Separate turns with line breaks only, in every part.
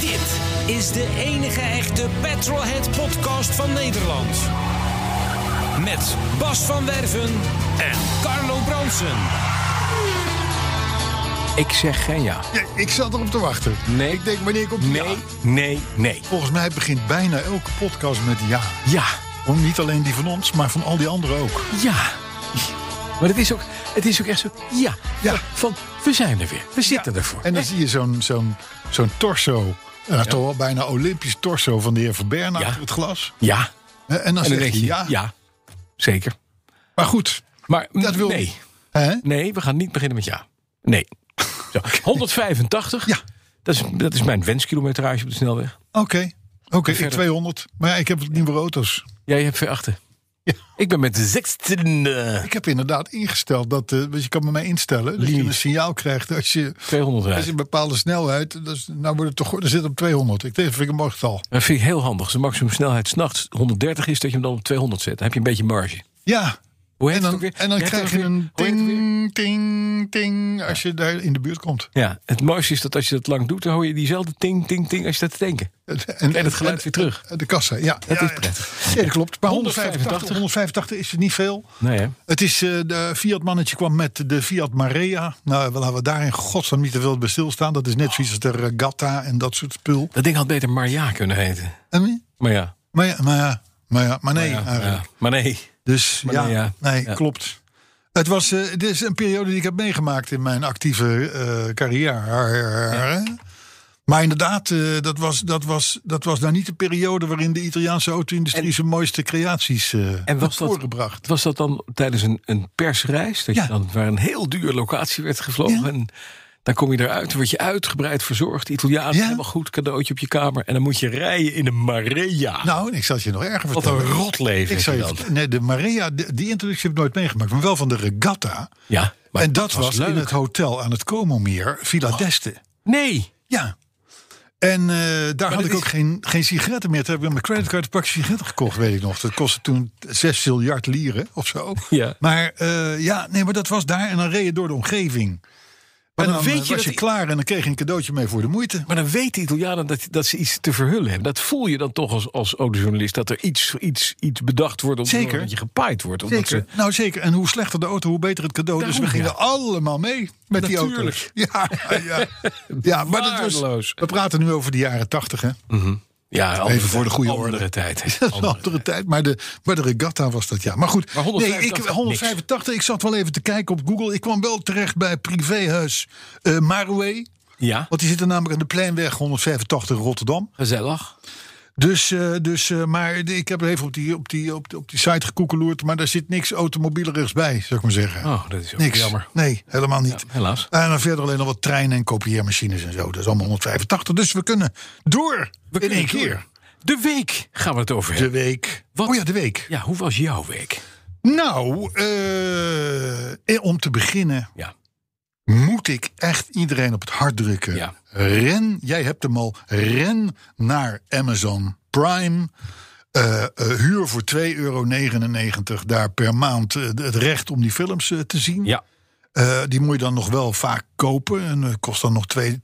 Dit is de enige echte Petrolhead podcast van Nederland. Met Bas van Werven en Carlo Bronsen.
Ik zeg geen ja.
Ja, ik zat erop te wachten.
Nee.
Ik denk, wanneer komt
Nee,
ja?
nee, nee.
Volgens mij begint bijna elke podcast met ja.
Ja,
Om niet alleen die van ons, maar van al die anderen ook.
ja. Maar het is ook, het is ook echt zo, ja.
Ja.
Van, we zijn er weer. We zitten ervoor.
En dan zie je zo'n zo'n zo'n torso. eh, Toch wel bijna Olympisch torso van de heer Verberne
Ja.
achter het glas.
ja.
Eh, En dan,
en dan
zeg
denk
je,
je,
ja.
ja. Zeker.
Maar goed,
Maar mm,
dat wil...
nee.
Hè?
Nee, we gaan niet beginnen met ja. Nee. Zo, 185.
Ja.
Dat is, dat is mijn wenskilometrage op de snelweg.
Oké, oké, ik
verder.
200. Maar ja, ik heb nieuwe auto's.
Jij hebt ver achter.
Ja.
Ik ben met de eh, zesde
Ik heb inderdaad ingesteld dat... eh, want je kan bij mij instellen dat je
Linie.
een signaal krijgt als je...
200
Als je
rijden.
een bepaalde snelheid, dus, nou wordt het toch, er zit op 200. Ik denk, vind ik een mooi getal.
Dat vind ik heel handig. Als de maximumsnelheid s'nachts 130 is, dat je hem dan op 200 zet. Dan heb je een beetje marge.
Ja,
Hoe heet
En dan,
het ook weer?
en dan
Je hebt
krijg
ook
je
weer-
een
hoe heet het weer?
ting, ting, ting als je daar in de buurt komt.
Ja, het mooiste is dat als je dat lang doet, dan hoor je diezelfde ting, ting, ting als je dat te denken.
En,
het geluid weer terug.
en De kassa, ja.
Dat
ja,
is prettig.
Ja, dat klopt. Maar 185,
185.
185 is het niet veel.
Nee, hè?
Het is, eh, de Fiat-mannetje kwam met de Fiat Marea. Nou, we laten we daar in godsnaam niet te veel bij stilstaan. Dat is net zoiets als de Regatta en dat soort spul.
Dat ding had beter Marja kunnen heten.
En-
Maar ja.
Maar ja, maar, ja, maar, ja, maar nee.
ja,
eigenlijk.
ja. Maar nee.
Dus
Maar
ja,
nee,
nee,
ja. Ja.
klopt. Het was, eh, dit is een periode die ik heb meegemaakt in mijn actieve eh, carrière. Maar inderdaad, eh, dat, was, dat, was, dat was nou niet de periode waarin de Italiaanse auto-industrie zijn mooiste creaties eh
En
en
was
was
dat-
voorgebracht.
Was dat dan tijdens een, een persreis? Dat je
Ja.
dan waar een heel duur locatie werd gevlogen. En dan kom je eruit, dan word je uitgebreid verzorgd. Italiaans,
Ja.
helemaal goed, cadeautje op je kamer. En dan moet je rijden in een Marea.
Nou, en ik zal het je nog erger
Wat een
vertellen.
rotleven
ik
is
zal je
dat.
vertellen- nee, de Marea, de- die introductie heb ik nooit meegemaakt, maar wel van de regatta.
Ja, maar
en dat was,
leuk. Oh.
in het hotel aan het Como-meer, Villa d'Este.
Nee,
Ja. En eh, daar had
dat
ik
is-
ook geen, geen sigaretten meer. Toen heb ik met mijn creditcard een pakje sigaretten gekocht, weet ik nog. Dat kostte toen 6 miljard lieren of zo.
Ja.
Maar eh, ja, nee, maar dat was daar. En dan reed je door de omgeving. Maar
dan
en dan,
weet
weet
je
je was
dat
je
i-
klaar en dan kreeg je een cadeautje mee voor de moeite.
Maar dan weten Italianen dat, dat ze iets te verhullen hebben. Dat voel je dan toch als, als audiojournalist. Dat er iets, iets, iets bedacht wordt omdat
Zeker.
dat je gepaaid wordt. Omdat
Zeker. Nou, zeker. En hoe slechter de auto, hoe beter het cadeau. dus we
Daarom,
gingen
ja.
allemaal mee met
Natuurlijk.
die auto's. Ja, ja. ja maar dat
Waardeloos.
was, we praten nu over de jaren tachtig, hè?
ze, ja, andere
voor de
tijd,
goede
andere
orde.
tijd.
Dat is een andere tijd, maar de, maar de regatta was dat ja. Maar goed,
Maar 185,
nee, ik, 185 ik zat wel even te kijken op Google. Ik kwam wel terecht bij privéhuis eh Maroué.
Ja,
Want die zitten namelijk aan de Pleinweg 185 Rotterdam.
gezellig.
Dus, eh, dus eh, maar de- ik heb even op die, op, die, op, die- op die site gekoekeloerd. Maar daar zit niks automobielerigs bij, zou ik maar zeggen.
Oh, dat is ook
niks.
jammer.
Nee, helemaal niet. Eh,
Helaas.
en dan verder alleen nog wat treinen en kopieermachines en zo. Dat is allemaal 185. Dus we kunnen door
We
in
kunnen
één
door.
keer.
De week gaan we het over
De
hebben.
week.
Wat?
Oh ja, de week.
Ja, hoe was jouw week?
Nou, eh, eh, om te beginnen
Ja,
moet ik echt iedereen op het hart drukken.
Ja.
Ren, jij hebt hem al, ren naar Amazon Prime. Eh, eh, huur voor 2,99 euro daar per maand eh, het recht om die films eh, te zien.
ja.
Eh, die moet je dan nog wel vaak kopen. En eh, kost dan nog 2,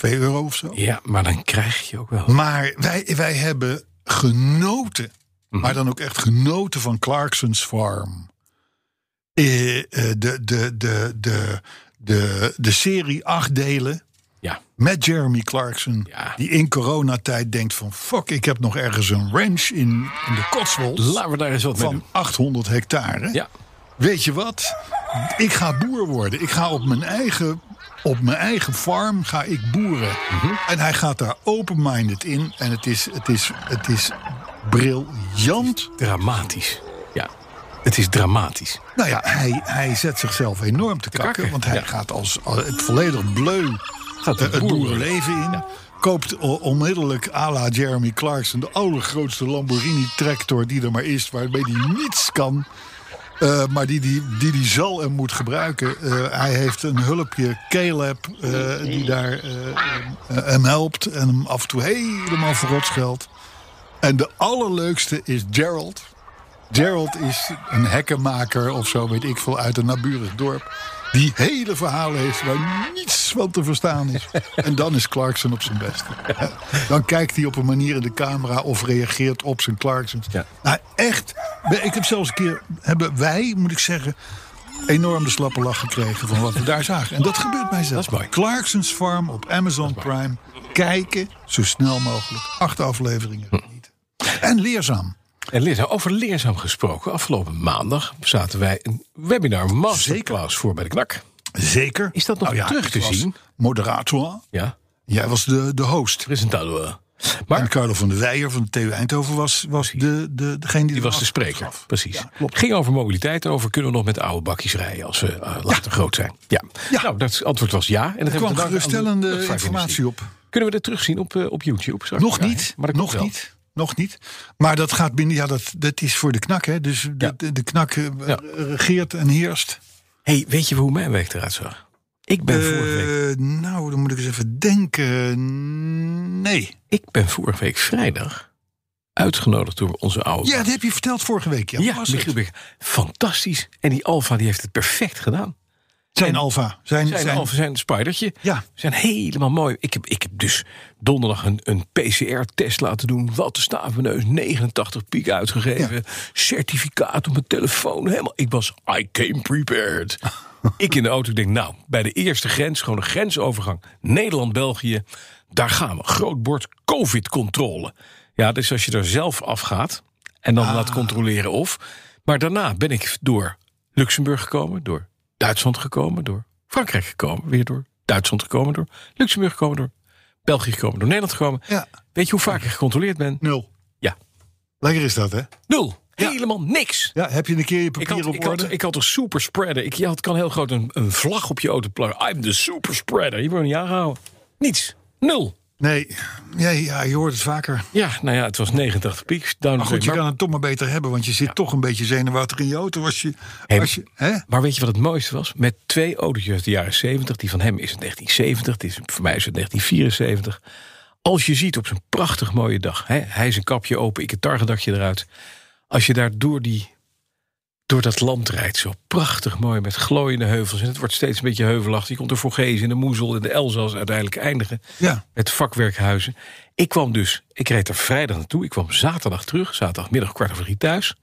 euro of zo.
ja maar dan krijg je ook wel.
Maar wij, wij hebben genoten. Maar dan ook echt genoten van Clarkson's Farm. Eh, eh, de, de, de, de, de, de serie acht delen
Ja,
met Jeremy Clarkson.
Ja.
Die in coronatijd denkt van... fuck, ik heb nog ergens een ranch in, in de Cotswolds...
laten we daar eens wat mee
van
doen.
800 hectare.
Ja,
Weet je wat? ik ga boer worden. Ik ga op mijn eigen, op mijn eigen farm ga ik boeren. En hij gaat daar open-minded in. En het is, het is, het is briljant.
Dramatisch. Ja, het is dramatisch.
Nou ja, hij, hij zet zichzelf enorm te kakken.
kakken,
Want hij
ja.
gaat als, als het volledig bleu
Gaat
eh,
de
het
boer-
boerenleven in. Koopt o- onmiddellijk à la Jeremy Clarkson... de allergrootste Lamborghini-tractor die er maar is... waarmee hij niets kan... eh, maar die die, die die zal en moet gebruiken. Eh, hij heeft een hulpje, Caleb, eh, die daar eh, eh, hem helpt en hem af en toe helemaal verrot scheldt. En de allerleukste is Gerald. Gerald is een hekkenmaker of zo, weet ik veel, uit een naburig dorp. Die hele verhalen heeft waar niets van te verstaan is. En dan is Clarkson op zijn best. Dan kijkt hij op een manier in de camera of reageert op zijn Clarkson.
Ja.
Nou, echt. Ik heb zelfs een keer, hebben wij, moet ik zeggen, enorm de slappe lach gekregen van wat we daar zagen. En dat gebeurt mij zelf.
Dat is mooi.
Clarkson's Farm op Amazon Prime. Kijken zo snel mogelijk. Acht afleveringen.
Hm.
genieten. En leerzaam.
En leerzaam, over leerzaam gesproken. Afgelopen maandag zaten wij een webinar masterclass voor bij de knak.
Zeker.
Is dat nog terug
ik
te
was
zien?
Moderator.
Ja,
Jij was de, de host.
presentator. Maar
En Carlo van der Weijer van de TU Eindhoven was, was de, de, degene die,
die was de spreker. Precies. Ging over mobiliteit, over kunnen we nog met oude bakjes rijden als we eh, later groot zijn. Ja.
Ja.
Nou, dat antwoord was ja. En dat hebben
Er kwam
we Oh, te danken aan de
geruststellende
luchtvaartindustrie.
informatie op.
Kunnen we dat terugzien op, eh, op YouTube? straks?
Nog
Ja,
niet.
Maar dat komt
nog
wel.
niet. Nog niet. Maar dat gaat binnen. Ja, dat, dat is voor de knak. Hè. Dus de,
Ja.
de, de knak eh,
Ja.
regeert en heerst.
hey, weet je hoe mijn week eruit zag? Ik ben vorige week
Eh, nou, dan moet ik eens even denken. Nee.
Ik ben vorige week vrijdag uitgenodigd door onze oude.
Ja, dat heb je verteld vorige week. Ja,
ja
Was het?
Michiel Beek. Fantastisch. En die Alfa die heeft het perfect gedaan.
Zijn Alfa. Zijn,
Zijn,
zijn-
Alfa, zijn spidertje.
Ja.
Zijn helemaal mooi. Ik heb, ik heb dus donderdag een, een PCR-test laten doen. Wat de stavenneus. 89 piek uitgegeven. Certificaat op mijn telefoon. Helemaal. Ik was, I came prepared. ik in de auto ik denk, nou, bij de eerste grens, gewoon een grensovergang. Nederland-België. Daar gaan we. Groot bord COVID-controle. Ja, dus als je er zelf afgaat en
Ah.
dan laat controleren of. Maar daarna ben ik door Luxemburg gekomen, door Duitsland gekomen, door Frankrijk gekomen, weer door Duitsland gekomen, door Luxemburg gekomen, door België gekomen, door Nederland gekomen.
Ja.
Weet je hoe vaak ik gecontroleerd ben?
Nul.
Ja,
Lekker is dat, hè?
nul. Helemaal niks.
Ja, heb je een keer je
Ik
papier
had,
op
ik, had,
orde?
ik had een superspreader. Ik je had, kan heel groot een, een vlag op je auto plakken. I'm the superspreader. Je wordt niet aangehouden. Niets. Nul.
Nee. Ja, ja, je hoort het vaker.
Ja, nou ja, het was 89 piek.
Maar goed, je kan het toch maar beter hebben, want je zit toch een beetje zenuwachtig in je auto. Als je,
Hey,
als je, hè?
Maar weet je wat het mooiste was? Met twee autootjes uit de jaren 70. Die van hem is het 1970. Die is, voor mij is het 1974. Als je ziet op zijn prachtig mooie dag. Hè, hij zijn kapje open, ik het targedakje eruit. Als je daar door, die, door dat land rijdt. Zo prachtig mooi met glooiende heuvels. En het wordt steeds een beetje heuvelachtig. Je komt er voor Gees en de Moezel en de Elzas uiteindelijk eindigen.
Ja.
Met vakwerkhuizen. Ik kwam dus, ik reed er vrijdag naartoe. Ik kwam zaterdag terug. Zaterdagmiddag kwart over drie thuis.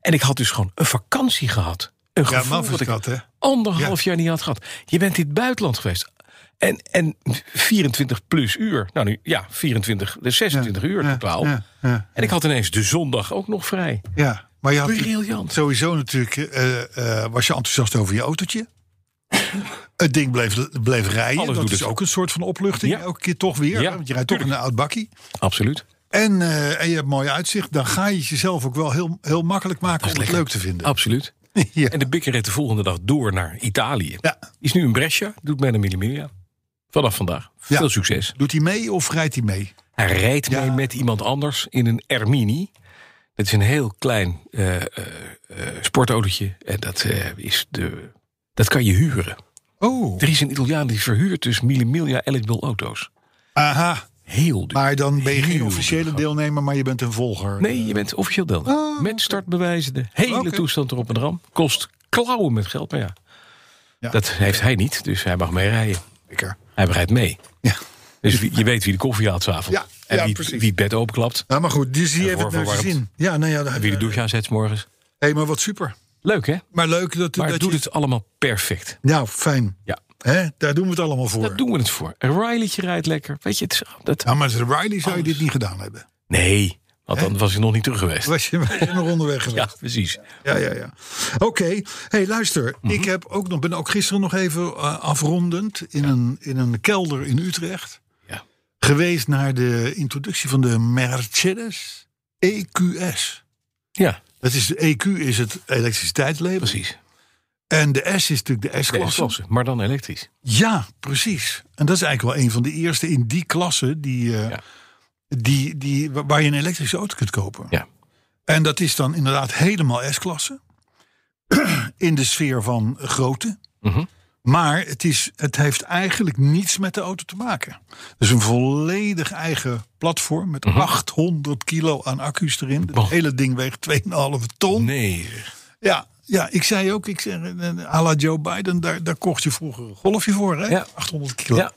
En ik had dus gewoon een vakantie gehad. Een
Ja,
gevoel
maf is
dat ik
dat, hè?
anderhalf jaar niet had gehad. Je bent in het buitenland geweest. En, en 24 plus uur. Nou nu, ja, 24, dus 26 uur
ja,
totaal.
ja, ja.
En ik had ineens de zondag ook nog vrij.
Ja, maar je had
Briljant.
sowieso natuurlijk, eh, eh, was je enthousiast over je autootje. het ding bleef, bleef rijden,
Alles
dat
doet
is
het.
ook een soort van opluchting.
Ja.
Elke keer toch weer,
Ja,
hè, want je rijdt toch in een oud bakkie.
Absoluut.
En, eh, en je hebt mooi uitzicht, dan ga je het jezelf ook wel heel, heel makkelijk maken om het leuk te vinden.
Absoluut.
Ja.
En de bikker reed de volgende dag door naar Italië.
Ja.
Is nu in Brescia, doet mij een Millimilia. Vanaf vandaag.
Ja.
Veel succes.
Doet hij mee of rijdt hij mee?
Hij rijdt
Ja.
mee met iemand anders in een Ermini. Dat is een heel klein eh, eh, eh, sportautootje. En dat, eh, is de, dat kan je huren.
Oh,
Er is een Italiaan die verhuurt dus Millimilia eligible auto's.
aha.
Heel duur.
Maar dan ben je geen
Heel
officiële
duur.
deelnemer, maar je bent een volger.
Nee, je bent officieel deelnemer. met startbewijzen, de hele
Oké.
toestand erop en ram. Kost klauwen met geld, maar ja.
Ja.
Dat heeft hij niet, dus hij mag mee rijden.
Zeker.
Hij rijdt mee.
Ja.
Dus wie- je weet wie de koffie haalt s'avonds.
Ja,
en
ja,
wie,
precies.
wie het bed openklapt.
Nou, maar goed, die zie je
Ja,
even naar
voorverwarmd.
zin. Ja, nou ja, daar-
En wie de douche aanzet 's morgens.
hey, maar wat super.
Leuk, hè?
Maar leuk dat,
Maar
dat
doet
je...
het allemaal perfect.
Nou, fijn.
Ja,
Hè, daar doen we het allemaal voor.
daar doen we het voor. Een Rileytje rijdt lekker. Weet je, het is... Dat...
Ja, maar als Riley zou je dit niet gedaan hebben.
Nee, Want dan was hij nog niet terug geweest.
Was je, was je nog onderweg geweest?
Ja, precies.
Ja, ja, ja. Oké. hey, luister.
Mhm.
Ik heb ook nog, ben ook gisteren nog even eh, afrondend in, een, in een kelder in Utrecht
Ja.
geweest naar de introductie van de Mercedes EQS.
Ja,
Dat is, de EQ is het elektriciteitslabel.
precies.
En de S is natuurlijk de
Nee,
S-klasse.
klasse, maar dan elektrisch.
ja, precies. En dat is eigenlijk wel een van de eerste in die klasse die, eh,
Ja.
die, die, wa- waar je een elektrische auto kunt kopen.
Ja.
En dat is dan inderdaad helemaal S-klasse. In de sfeer van grootte.
Mhm.
Maar het, is, het heeft eigenlijk niets met de auto te maken. Dus een volledig eigen platform met
Mhm.
800 kilo aan accu's erin. Het
Oh.
hele ding weegt 2,5 ton.
Nee.
Ja, ja, ik zei ook, ik zeg, eh, à la Joe Biden, daar, daar kocht je vroeger een golfje voor. Hè?
Ja.
800 kilo.
Ja,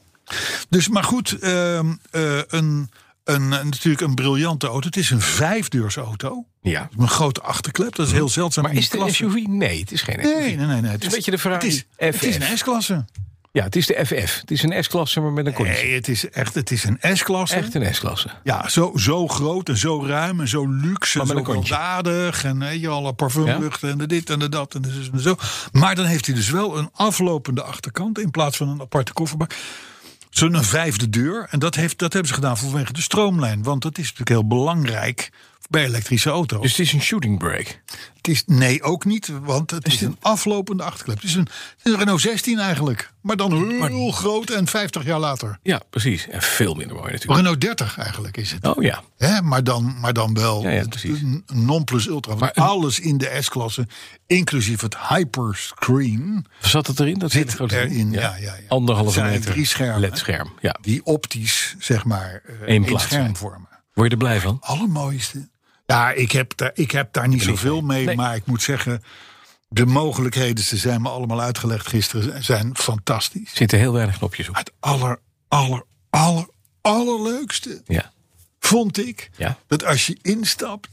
Dus, maar goed, ehm, eh, een, een, een- natuurlijk een briljante auto. Het is een vijfdeursauto.
ja.
Een grote achterklep, dat is heel zeldzaam.
Maar
in
is het
die
een
klasse.
SUV? Nee, het is geen SUV.
Nee, nee, nee. nee. Het
een beetje de Ferrari
Het is, het is
FF.
een S-klasse.
Ja, het is de FF. Het is een S-klasse, maar met een conditie.
Nee, het is echt het is een S-klasse.
Echt een S-klasse.
Ja, zo, zo groot en zo ruim en zo luxe en
Maar
zo
met een kontje.
weldadig. En weet je, alle parfumluchten en de dit en de dat en de zus en de zo. Maar dan heeft hij dus wel een aflopende achterkant in plaats van een aparte kofferbak. Zo'n vijfde deur. En dat, heeft, dat hebben ze gedaan vanwege de stroomlijn. Want dat is natuurlijk heel belangrijk bij elektrische auto's.
Dus het is een shooting brake.
het is, nee, ook niet. Want het is een aflopende achterklep. Het is een, het is een Renault 16 eigenlijk. Maar dan heel groot en 50 jaar later.
Ja, precies. En veel minder mooi natuurlijk.
Renault 30 eigenlijk is het.
Oh ja.
Hè, maar, dan, maar dan wel
Ja, ja,
het-
precies.
een non plus ultra. Want
Maar een-
alles in de S-klasse, inclusief het hyperscreen,
Zat het erin? Dat
Zit
hele grote
erin,
ding?
ja, ja, ja. Het
Anderhalve
zijn
meter.
drie schermen.
LED-scherm. Ja.
die optisch, zeg maar, eh,
Eén
één
plaats
scherm
zijn.
vormen.
Word je er blij van?
Allermooiste. Ja, ik heb daar, ik heb daar niet zoveel mee,
Nee.
maar ik moet zeggen... De mogelijkheden, ze zijn me allemaal uitgelegd gisteren, zijn fantastisch.
Er zitten heel weinig knopjes op.
Het aller, aller, aller, allerleukste
Ja.
vond ik
Ja.
dat als je instapt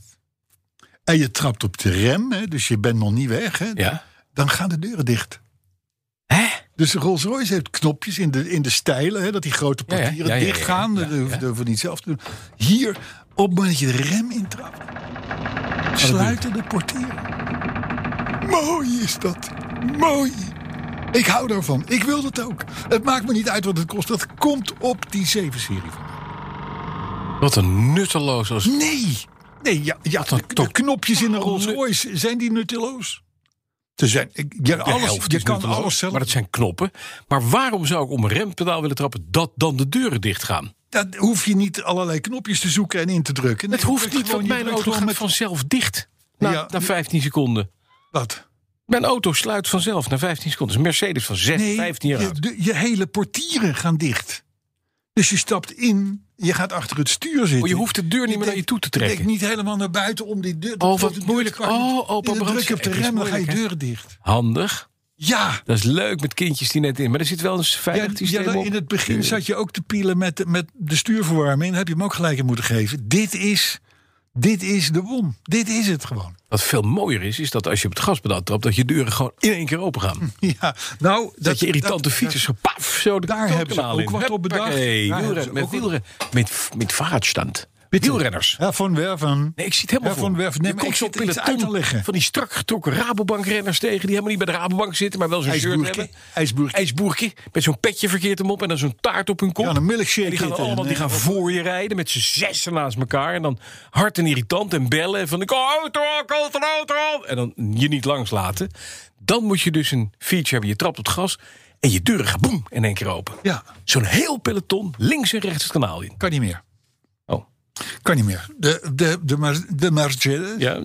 en je trapt op de rem, hè, dus je bent nog niet weg, hè,
Ja.
dan gaan de deuren dicht.
Hè?
Dus de Rolls Royce heeft knopjes in de, in de stijlen, hè, dat die grote
Ja, ja.
portieren
Ja, ja, ja, ja.
dichtgaan.
Ja,
Dat hoef
ja.
je niet zelf te doen. Hier, op het moment dat je de rem intrapt,
Oh,
sluiten de portieren. Mooi is dat. Mooi. Ik hou daarvan. Ik wil dat ook. Het maakt me niet uit wat het kost. Dat komt op die 7-serie van.
Wat een nutteloos als...
Nee. Nee, ja, ja de,
dan
de
toch? Oh,
knopjes in een Rolls
Nee.
Royce, zijn die nutteloos? Ze zijn, ik, ja,
De
alles,
helft
je
is
kan
nutteloos,
alles zelf.
Maar dat zijn knoppen. Maar waarom zou ik om een rempedaal willen trappen dat dan de deuren dicht gaan?
dat hoef je niet allerlei knopjes te zoeken en in te drukken. Nee,
Het hoeft niet,
je
want
drukt
mijn
gewoon- je
auto gaat
drukt gewoon
vanzelf dicht. Na,
Ja.
na 15 seconden.
met dat.
Mijn auto sluit vanzelf na 15 seconden. Dus Mercedes van 6,
Nee,
15 jaar
je,
oud.
de- je hele portieren gaan dicht. Dus je stapt in, je gaat achter het stuur zitten.
Oh, je hoeft de deur niet meer naar je toe te
Ik
trekken.
niet helemaal naar buiten om die deur...
Oh, wat
de deur te
moeilijk.
kwakken.
Oh, opa
En dan druk
Brandsen,
je op de
het is
rem, dan ga je
moeilijk, hè?
deur dicht.
Handig.
Ja,
Dat is leuk met kindjes die net in. Maar er zit wel een
Ja,
veilig
ja,
systeem
dan
op.
in het begin zat je ook te pielen met, de- met de stuurverwarming. Daar heb je hem ook gelijk in moeten geven. Dit is, dit is de WOM. Dit is het gewoon.
Wat veel mooier is, is dat als je op het gaspedaal trapt... dat je deuren gewoon in één keer open gaan.
Hm,
Dat,
Ja, nou,
je irritante fietsers zo paf, zo de
Daar hebben ze
kanaal
ook
in.
wat op bedacht.
Huppakee,
Daar hebben ze
wielren, met
ook wat-
wielren, met, met vaartstand. Wielrenners.
Ja, van Werven.
Nee, ik zie het helemaal
Ja,
voor
van
me.
Werf- nee,
Je
maar
komt
ik
zo'n
zit iets uit te leggen.
van die strak getrokken Rabobankrenners tegen... die helemaal niet bij de Rabobank zitten, maar wel zo'n shirt
IJsboerke.
hebben.
IJsboerke.
IJsboerke, met zo'n petje verkeerd hem op... en dan zo'n taart op hun kop.
Ja, een milkshake
En die gaan
zitten.
allemaal die gaan voor je rijden met z'n zessen naast elkaar. En dan hard en irritant en bellen. en Van ik oh, auto, ik wil een auto. En dan je niet langs laten. Dan moet je dus een feature hebben. Je trapt op het gas en je deuren gaan boem in één keer open.
Ja.
Zo'n heel peloton links en rechts het kanaal in.
Kan niet meer.
Oh,
Kan niet meer. De, de, de, Mer- de Mercedes,
ja.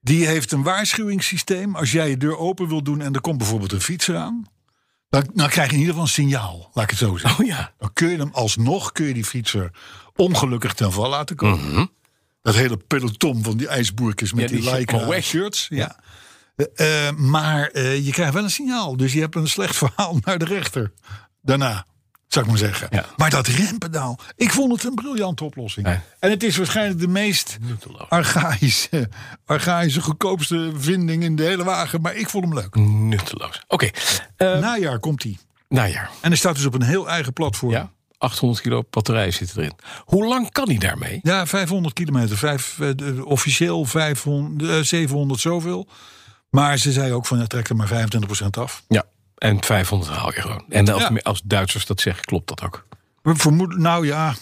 die heeft een waarschuwingssysteem. Als jij je deur open wil doen en er komt bijvoorbeeld een fietser aan... dan, dan krijg je in ieder geval een signaal, laat ik het zo zeggen.
Oh ja.
Dan kun je hem alsnog, kun je die fietser ongelukkig ten val laten komen. Dat hele peloton van die ijsboerkjes met
Mhm. Ja,
die,
die shit
Leica
maar weg.
shirts. Ja. Eh, eh, maar eh, je krijgt wel een signaal. Dus je hebt een slecht verhaal naar de rechter. Daarna, zou ik maar zeggen.
Ja.
Maar dat rempedaal, ik vond het een briljante oplossing.
Ja.
En het is waarschijnlijk de meest archaïsche, archaïsche, goedkoopste vinding in de hele wagen. Maar ik vond hem leuk.
Nutteloos. Oké. eh,
Najaar komt hij.
nou ja.
En hij staat dus op een heel eigen platform.
Ja. 800 kilo batterij zit erin. Hoe lang kan hij daarmee?
Ja, 500 kilometer. Vijf, eh, de- officieel 500, eh, 700 zoveel. Maar ze zei ook van ja, trek er maar 25% af.
Ja. En 500 haal je gewoon. En als,
Ja.
als Duitsers dat zeggen, klopt dat ook.
We vermoeden, nou ja.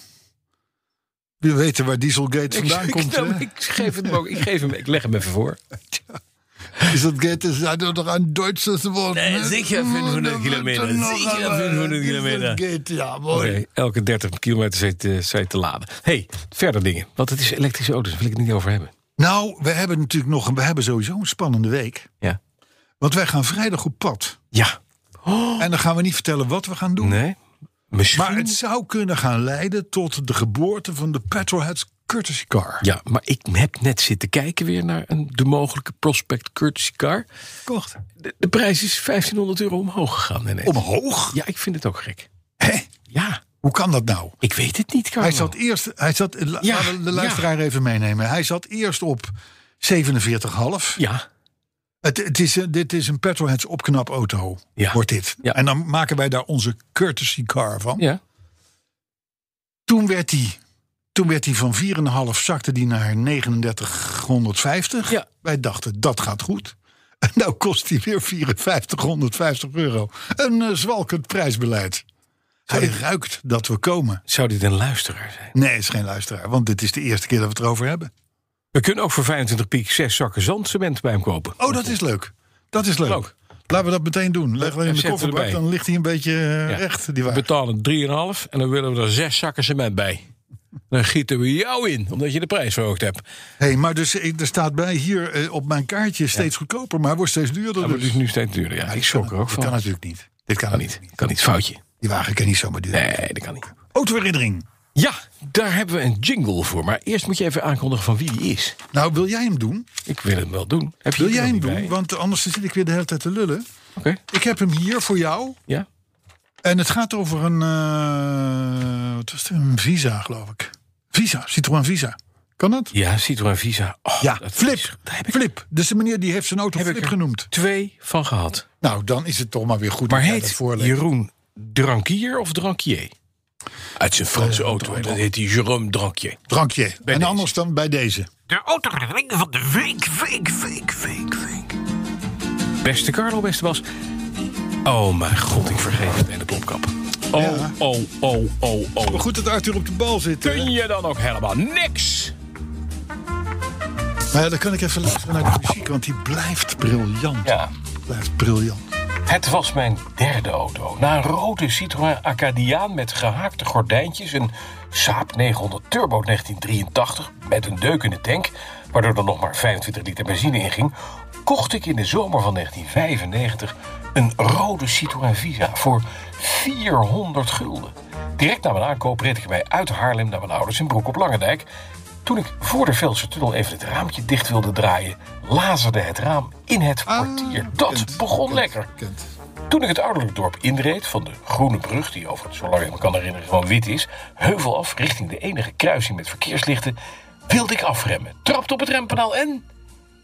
We weten waar Dieselgate
Ik,
vandaan
ik-
komt.
nou,
hè?
ik geef hem ook. Ik, geef hem, ik leg hem even voor.
Is dat Gate? Is dat nog een Duitsers woord?
Nee, zeker 500 kilometer. Zeker 500 kilometer.
Gate, ja, mooi.
Oké, eh, elke 30 kilometer zijn te, zijn te laden. hey, verder dingen. Want het is elektrische auto's, daar wil ik het niet over hebben.
Nou, we hebben natuurlijk nog, we hebben sowieso een spannende week.
Ja.
Want wij gaan vrijdag op pad.
Ja.
En dan gaan we niet vertellen wat we gaan doen.
Oh. Nee. Misschien.
Maar het zou kunnen gaan leiden tot de geboorte van de Petrolheads Courtesy Car.
Ja, maar ik heb net zitten kijken weer naar een, de mogelijke Prospect Courtesy Car.
Kocht.
De, de prijs is 1500 euro omhoog gegaan. ineens.
Omhoog?
Ja, ik vind het ook gek.
Hè?
Ja,
Hoe kan dat nou?
ik weet het niet, Carlo.
Hij zat eerst, hij zat, la-
Ja,
laten we de luisteraar even meenemen. Hij zat eerst op 47,5.
Ja,
Het, het is, een- dit is een Petrolheads opknapauto,
Ja.
wordt dit.
Ja.
En dan maken wij daar onze courtesy car van.
ja.
Toen werd die, toen werd die van 4,5 zakte die naar 3950.
Ja.
Wij dachten, dat gaat goed. En nou kost die weer 5450 euro. Een eh, zwalkend prijsbeleid. Hij ruikt dat we komen.
Zou dit een luisteraar zijn?
Nee, het is geen luisteraar, want dit is de eerste keer dat we het erover hebben.
We kunnen ook voor 25 piek zes zakken zandcement bij hem kopen.
Oh, dat is leuk. Dat is leuk.
Leuk.
Laten we dat meteen doen. Leggen we in
En
de
zetten we
kofferbak,
erbij.
dan ligt hij een beetje eh,
Ja.
recht. Die
We
waar.
betalen 3,5 en dan willen we er zes zakken cement bij. Dan gieten we jou in, omdat je de prijs verhoogd hebt.
hey, maar dus, eh, er staat bij hier eh, op mijn kaartje steeds goedkoper, maar wordt steeds duurder.
Dat
dus.
wordt dus nu steeds duurder. Ja,
Ja,
ik
dit
schok
kan-
er ook
dit
van.
kan natuurlijk niet. Dit kan,
Kan
niet.
niet. Kan niet. Foutje.
Die wagen kan niet zomaar duur.
Nee, dat kan niet.
Autoherinnering.
Ja, daar hebben we een jingle voor. Maar eerst moet je even aankondigen van wie die is.
Nou, wil jij hem doen?
Ik wil hem wel doen. Heb je
Wil
er
jij
nog
hem
niet
doen?
bij?
Want anders zit ik weer de hele tijd te lullen.
Oké,
Ik heb hem hier voor jou.
ja.
En het gaat over een. eh, wat was het? Een Visa, geloof ik. Visa, Citroën Visa. Kan dat?
Ja, Citroën Visa. Oh,
Ja,
dat
Flip.
is- daar heb ik
Flip. Dus de meneer die heeft zijn auto
Heb ik
Flip
er-
genoemd.
twee van gehad.
Nou, dan is het toch maar weer goed.
Maar
dat jij
heet
dat voorleest.
Jeroen Drankier of Drankier? Het is een Franse
Eh,
auto en dan heet hij Jérôme Drankier.
Drankje. En
deze.
anders dan bij deze.
De autoring van de week, week, week, week, week.
Beste Carlo, beste Bas. Oh mijn god, ik vergeet het hele plopkap. Oh,
Ja.
oh, oh, oh, oh.
Maar goed dat Arthur op de bal zit. hè?
Kun je dan ook helemaal niks?
Maar ja, dan kan ik even luisteren naar de muziek, want die blijft briljant.
Ja.
Blijft briljant.
Het was mijn derde auto. Na een rode Citroën Acadiaan met gehaakte gordijntjes... een Saab 900 Turbo 1983 met een deuk in de tank... waardoor er nog maar 25 liter benzine in ging... kocht ik in de zomer van 1995 een rode Citroën Visa voor 400 gulden. Direct na mijn aankoop reed ik ermee uit Haarlem naar mijn ouders in Broek op Langendijk... Toen ik voor de Velse Tunnel even het raampje dicht wilde draaien... lazerde het raam in het
Ah,
kwartier. Dat
Kent,
begon
kent,
lekker.
kent.
Toen ik het ouderlijk dorp inreed van de Groene Brug, die overigens, zolang ik me kan herinneren, gewoon wit is, heuvel af richting de enige kruising met verkeerslichten, wilde ik afremmen. Trapte op het rempanaal en.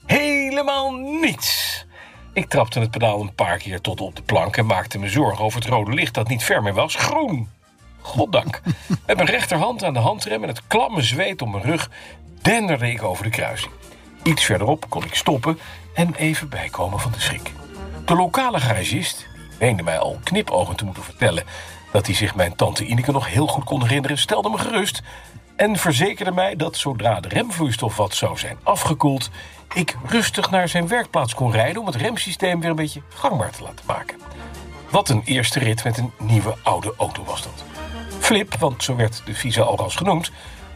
helemaal niets! Ik trapte het pedaal een paar keer tot op de plank en maakte me zorgen over het rode licht dat niet ver meer was. Groen! Goddank. Met mijn rechterhand aan de handrem en het klamme zweet om mijn rug denderde ik over de kruising. Iets verderop kon ik stoppen en even bijkomen van de schrik. De lokale garagist die meende mij al knipoogend te moeten vertellen dat hij zich mijn tante Ineke nog heel goed kon herinneren, stelde me gerust en verzekerde mij dat zodra de remvloeistof wat zou zijn afgekoeld, ik rustig naar zijn werkplaats kon rijden om het remsysteem weer een beetje gangbaar te laten maken. Wat een eerste rit met een nieuwe oude auto was dat. Flip, want zo werd de Visa alras genoemd,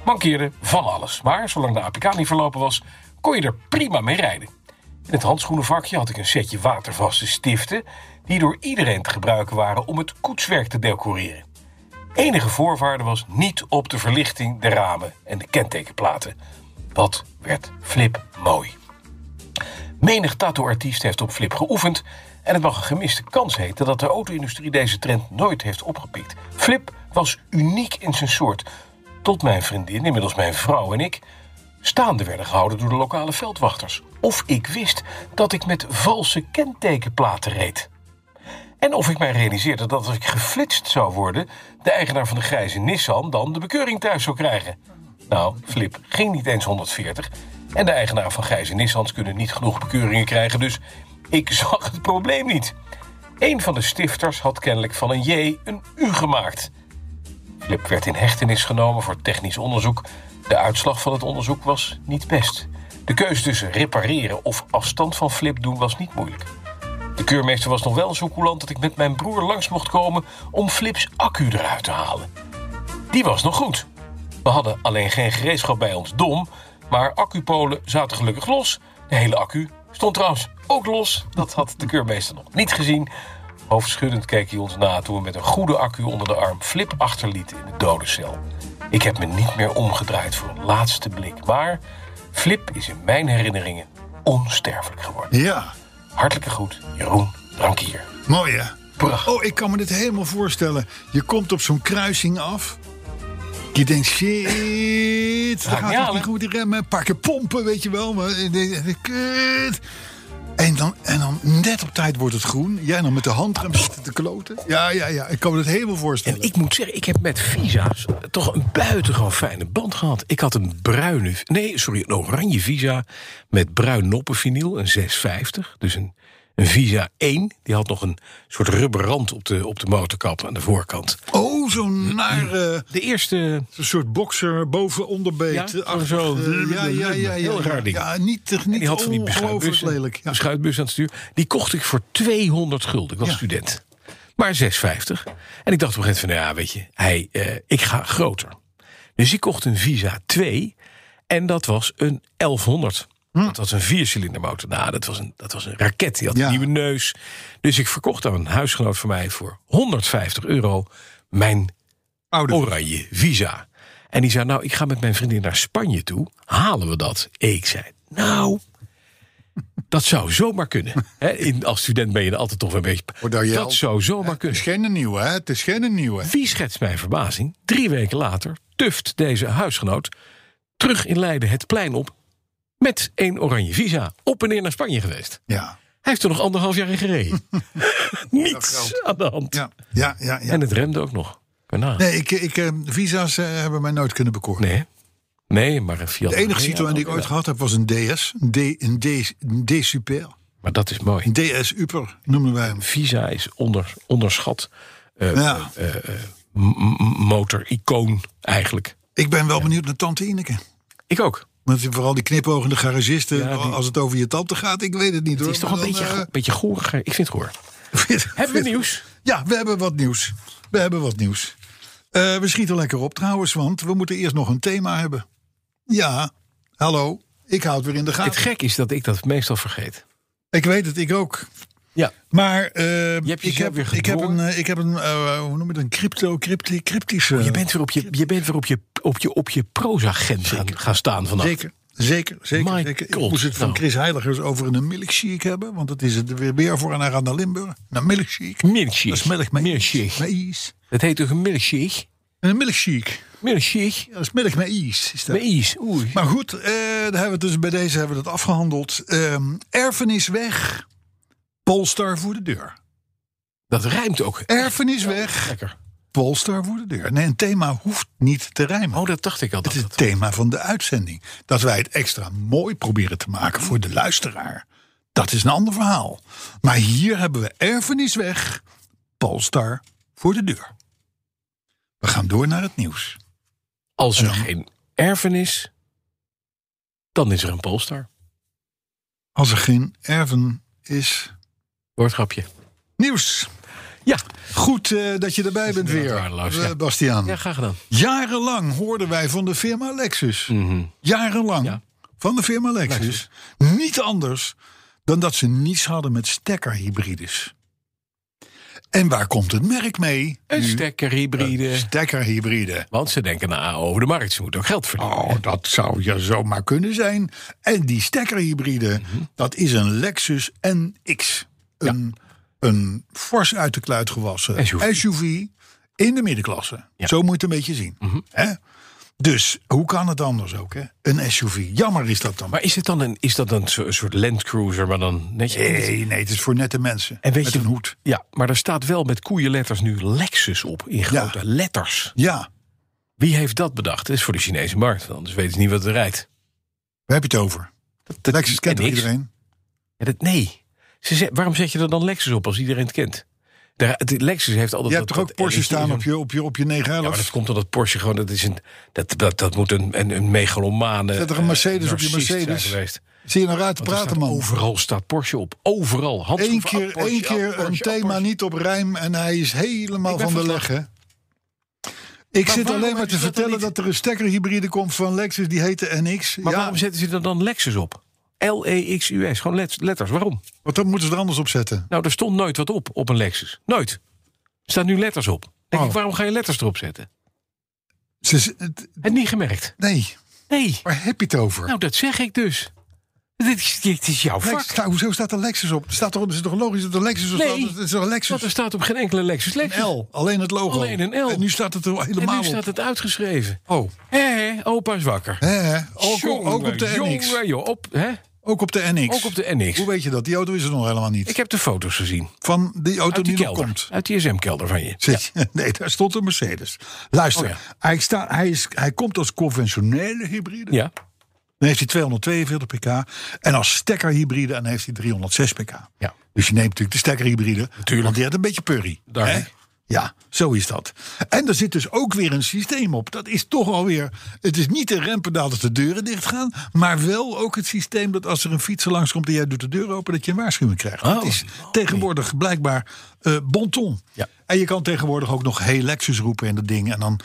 mankeerde van alles. Maar zolang de APK niet verlopen was, kon je er prima mee rijden. In het handschoenenvakje had ik een setje watervaste stiften... die door iedereen te gebruiken waren om het koetswerk te decoreren. Enige voorwaarde was niet op de verlichting, de ramen en de kentekenplaten. Wat werd Flip mooi. Menig tattooartiest heeft op Flip geoefend... en het mag een gemiste kans heten dat de auto-industrie deze trend nooit heeft opgepikt. Flip was uniek in zijn soort. Tot mijn vriendin, inmiddels mijn vrouw en ik... staande werden gehouden door de lokale veldwachters. Of ik wist dat ik met valse kentekenplaten reed.
En of ik mij realiseerde dat als ik geflitst zou worden... de eigenaar van de grijze Nissan dan de bekeuring thuis zou krijgen. Nou, Flip ging niet eens 140. En de eigenaar van grijze Nissans kunnen niet genoeg bekeuringen krijgen... dus ik zag het probleem niet. Een van de stifters had kennelijk van een J een U gemaakt... Flip werd in hechtenis genomen voor technisch onderzoek. De uitslag van het onderzoek was niet best. De keuze tussen repareren of afstand van Flip doen was niet moeilijk. De keurmeester was nog wel zo coulant dat ik met mijn broer langs mocht komen om Flips accu eruit te halen. Die was nog goed. We hadden alleen geen gereedschap bij ons dom, maar accupolen zaten gelukkig los. De hele accu stond trouwens ook los. Dat had de keurmeester nog niet gezien. Hoofdschuddend keek hij ons na toen we met een goede accu onder de arm Flip achterliet in de dodencel. Ik heb me niet meer omgedraaid voor een laatste blik, maar Flip is in mijn herinneringen onsterfelijk geworden.
Ja,
Hartelijke groet, Jeroen Drankier.
mooi hè?
Prachtig.
Oh, ik kan me dit helemaal voorstellen. Je komt op zo'n kruising af. Je denkt, shit, daar
niet
gaat het
halen.
niet goed die remmen. Een paar keer pompen, weet je wel. Maar, ik denk, kut. En dan, en dan net op tijd wordt het groen. Jij dan met de handrem zitten te kloten. Ja, ja, ja. Ik kan me dat helemaal voorstellen.
En ik moet zeggen, ik heb met visa's toch een buitengewoon fijne band gehad. Ik had een bruine, nee, sorry, een oranje visa met bruin noppenvinyl, een 650. Dus een, een visa 1, die had nog een soort rubberrand op de, op de motorkap aan de voorkant.
Oh,
Mm,
zo'n nare
De eerste,
een soort bokser boven onderbeet.
Ja,
achtig,
zo,
eh, ja, ja, ja, ja,
heel
ja.
raar ding.
Ja, niet, eh, niet
die had van die
ongelooflijk
beschuitbus,
lelijk. Ja.
beschuitbus aan het stuur. Die kocht ik voor 200 gulden, ik was
Ja.
student. Maar 650. En ik dacht op een gegeven moment van, nou ja, weet je, hij, eh, ik ga groter. Dus ik kocht een Visa 2 en dat was een 1100.
Hm.
Dat was een viercilindermotor. Nou, dat was een, dat was een raket. Die had
Ja.
een nieuwe neus. Dus ik verkocht aan een huisgenoot van mij voor 150 euro mijn
Oude.
oranje visa. En die zei, nou, ik ga met mijn vriendin naar Spanje toe. Halen we dat? Ik zei, nou, dat zou zomaar kunnen. Hè, in, als student ben je er altijd toch wel een beetje...
Wordt daar je
dat
al-
zou zomaar
Het
kunnen.
is geen nieuwe, hè? Het is geen nieuwe.
Wie schetst mijn verbazing? Drie weken later tuft deze huisgenoot terug in Leiden het plein op... met een oranje visa. Op en neer naar Spanje geweest.
Ja.
Hij heeft er nog anderhalf jaar in gereden. Niets aan de hand.
Ja, ja, ja. ja.
En het remde ook nog. Daarna.
Nee, ik, ik, eh, visa's eh, hebben mij nooit kunnen bekoren.
Nee. hè? Nee, maar een Fiat.
De enige
Urea
Citroën die ik
ook
ooit
wel.
gehad heb was een DS. Een D, een D, een D Super.
Maar dat is mooi.
Een DS Uper noemden wij hem.
Visa is onder, onderschat. eh,
Ja.
m- m- motor, icoon eigenlijk.
Ik ben wel benieuwd naar Tante Ineke.
Ik ook.
Want vooral die knipogende garagisten,
Ja, die-
als het over je tante gaat, ik weet het niet
Het
hoor.
is toch een
Maar dan,
beetje,
eh,
een beetje gooriger. Ik vind het goor. Hebben we nieuws?
Ja, we hebben wat nieuws. We hebben wat nieuws. Eh, we schieten lekker op trouwens, want we moeten eerst nog een thema hebben. Ja, hallo, ik hou het weer in de
Ah. Het
gaten.
gek is dat ik dat meestal vergeet.
Ik weet het, ik ook.
Ja.
Maar eh,
hebt
ik,
jezelf
heb,
weer
ik heb een,
gedwongen. Oh,
eh, ik heb een eh, hoe noem je het, een crypto, crypti, cryptische...
Je bent weer op je, je, bent weer op je, op je, op je proza-gent gaan, gaan staan vandaag.
Zeker, zeker, zeker.
My
zeker. Ik
God,
moest het van
nou.
Chris Heiligers over een milkshake hebben. Want dat is het weer, weer voor en hij gaat naar Limburg. Een milkshake.
Milkshake.
Dat is melk met
Milkshake.
Met ijs.
Dat heet toch een milkshake?
En een milkshake.
Milkshake?
Ja, dat is melk met ijs. Is dat.
Met ijs. Oei.
Maar goed, eh, daar hebben we dus bij deze hebben we dat afgehandeld. Ehm, erfenis weg. Polestar voor de deur.
Dat rijmt ook.
Erfenis weg.
Lekker.
Polestar voor de deur. Nee, een thema hoeft niet te rijmen.
Oh, dat dacht ik al.
Het
Dat
is
dat-
het thema van de uitzending. Dat wij het extra mooi proberen te maken voor de luisteraar. Dat is een ander verhaal. Maar hier hebben we erfenis weg. Polestar voor de deur. We gaan door naar het nieuws.
Als er geen erfenis, dan is er een Polestar.
Als er geen erven is.
Woordgrapje.
Nieuws.
Ja.
Goed eh, dat je erbij bent weer,
waardeloos,
eh,
ja.
Bastiaan.
Ja, graag gedaan.
Jarenlang hoorden wij van de firma Lexus. Jarenlang
Ja.
van de firma Lexus. Niet anders dan dat ze niets hadden met stekkerhybrides. En waar komt het merk mee?
Een stekkerhybride.
Stekkerhybride.
Want ze denken na over de markt. Ze moeten ook geld verdienen.
Oh, dat zou je zomaar kunnen zijn. En die stekkerhybride,
Mhm.
dat is een Lexus NX. Een, een fors uit de kluit gewassen
SUV. Mhm.
SUV in de middenklasse. Zo moet je het een beetje zien. Hè? Dus hoe kan het anders ook? Hè? Een SUV. Jammer is dat dan.
Maar is, het dan een, is dat dan zo- een soort landcruiser, maar dan netjes?
nee, nee, het is voor nette mensen.
En weet
met
je,
een hoed.
Ja, maar er staat wel met koeienletters nu Lexus op in grote letters.
Ja,
Wie heeft dat bedacht? Dat is voor de Chinese markt, anders weten ze niet wat er rijdt.
waar heb je het over?
Dat, dat-
Lexus kent toch
niks.
iedereen?
Ja, dat, nee. Ze ze- waarom zet je er dan Lexus op als iedereen het kent? Daar, het- Lexus heeft altijd...
Je
dat-
hebt toch ook
dat
Porsche
energie-
staan op je, op je, op je
Ja, maar dat
911?
komt omdat Porsche gewoon... Dat, is een, dat, dat, dat moet een, een, een megalomane...
Zet er een
eh,
Mercedes op je
narcist zijn
Mercedes.
Geweest.
Zie je nou raar te
Want er
praten,
staat
man?
Overal staat Porsche op. Overal.
Eén
Handschoenen,
keer,
ah, Porsche,
één
ah,
keer
Porsche,
een
ah,
thema
Porsche.
niet op rijm en hij is helemaal
Ik ben
van de leg,
verslagen.
hè? Ik zit
waarom
alleen maar
hebben
te
ze dat dan
vertellen dat,
niet?
er een stekkerhybride komt van Lexus, die heette NX.
Maar
ja,
waarom zetten ze er dan Lexus op? E L-E-X-U-S. Gewoon let- letters. Waarom?
want dan moeten ze er anders op zetten.
Nou, er stond nooit wat op op een Lexus. Nooit. Er staan nu letters op. Denk
Oh.
ik, waarom ga je letters erop zetten?
Ze, z- het-
Het niet gemerkt.
nee,
Nee.
waar heb je het over?
Nou, dat zeg ik dus. Dit is, dit is jouw
Lex-
vak.
sta- hoezo staat er Lexus op? Er staat toch, is het toch logisch dat er Lexus op
Nee.
staat? Het is toch een Lexus?
Want er staat op geen enkele Lexus Lexus.
Een L, alleen het logo.
Alleen een L.
En nu staat het er
En
helemaal
nu staat het uitgeschreven.
op. Oh,
Hé, hé, opa is wakker.
hè, hè? Ook,
Jongen,
ook op de NX.
jongen, joh, op, hè?
Ook op de NX.
Ook op de NX.
Hoe weet je dat? Die auto is er nog helemaal niet.
Ik heb de foto's gezien.
Van die auto
Uit die
die nog
kelder.
komt.
Uit die SM-kelder van je.
Zit je- Nee, daar stond een Mercedes. Luister,
Oh ja.
hij, sta, hij, is, hij komt als conventionele hybride.
Ja.
Dan heeft hij 242 pk. En als stekkerhybride dan heeft hij 306 pk.
Ja.
Dus je neemt natuurlijk de stekkerhybride.
Natuurlijk.
Want die had een beetje purrie.
Daar.
hè? Ja, zo is dat. En er zit dus ook weer een systeem op. Dat is toch alweer... Het is niet de rempedaal dat de deuren dichtgaan... maar wel ook het systeem dat als er een fietser langskomt... en jij doet de deur open, dat je een waarschuwing krijgt.
Oh,
dat is
mooi.
tegenwoordig blijkbaar eh bon ton.
Ja.
En je kan tegenwoordig ook nog heel Lexus roepen en dat ding. En dan,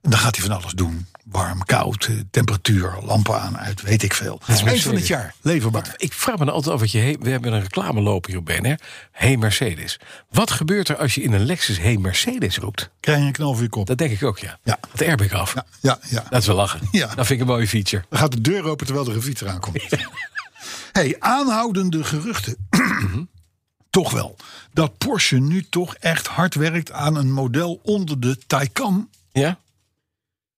dan gaat hij van alles doen. Warm, koud, eh, temperatuur, lampen aan, uit, weet ik veel.
is
Eind van
Mercedes.
het jaar, leverbaar.
Ik vraag me dan altijd af wat je. Hey, we hebben een reclame lopen hier op BNR. Hey Mercedes. Wat gebeurt er als je in een Lexus Hey Mercedes roept?
Krijg je een knal voor je kop.
Dat denk ik ook, ja.
Ja.
Het airbag af.
Ja, ja, ja.
Dat is wel lachen.
Ja.
Dat vind ik een mooie feature.
Dan gaat de deur open terwijl er een fiets eraan komt. hey, aanhoudende geruchten. toch wel. Dat Porsche nu toch echt hard werkt aan een model onder de Taycan.
Ja?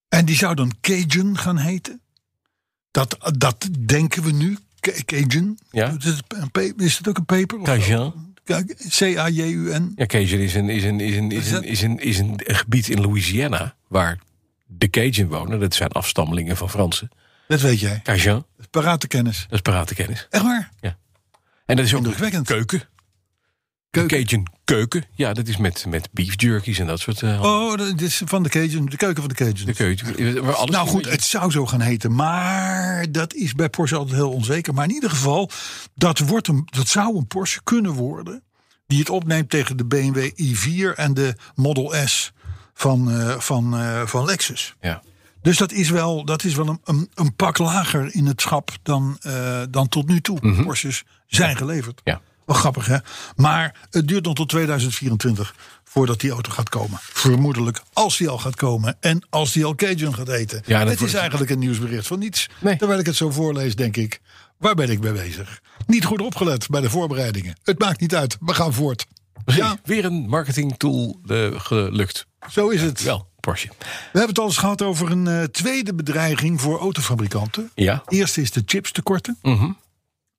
En die zou dan Cajun gaan heten. Dat, dat denken we nu. Ca- Cajun.
Ja.
Is het een pe- is het ook een paper? of zo?
Cajun.
C-A-J-U-N.
Ja, Cajun is een, is een, is een, is
Is
een,
dat-
is een, is een gebied in Louisiana. waar de Cajun wonen. Dat zijn afstammelingen van Fransen.
Dat weet jij.
Cajun,
Parate kennis.
dat is parate kennis.
Echt waar?
En dat is ook een
Indrukwekkend.
keuken. Keuken. Cajun keuken. Ja, dat is met, met beef jerkies en dat soort. eh,
Oh, dat is van de Cajun. De keuken van de Cajun.
de keuken. Waar alles
nou goed, het zou zo gaan heten. Maar dat is bij Porsche altijd heel onzeker. Maar in ieder geval, dat, wordt een, dat zou een Porsche kunnen worden. Die het opneemt tegen de BMW i4 en de Model S van, eh, van, eh, van Lexus.
Ja.
Dus dat is wel, dat is wel een, een, een pak lager in het schap dan, eh, dan tot nu toe. Porsches zijn geleverd.
Mhm. Ja.
Wel grappig hè. Maar het duurt nog tot 2024 voordat die auto gaat komen. Vermoedelijk als die al gaat komen en als die al Cajun gaat eten.
Ja, dat
het is
wordt-
eigenlijk een nieuwsbericht van niets.
Nee.
Terwijl ik het zo voorlees denk ik, waar ben ik mee bezig? Niet goed opgelet bij de voorbereidingen. Het maakt niet uit, we gaan voort. Ja,
Ja. Weer een marketingtool eh, gelukt.
zo is het.
Wel, Porsche.
We hebben het al eens gehad over een eh, tweede bedreiging voor autofabrikanten.
Ja. Mhm.
Eerst is de chipstekorten.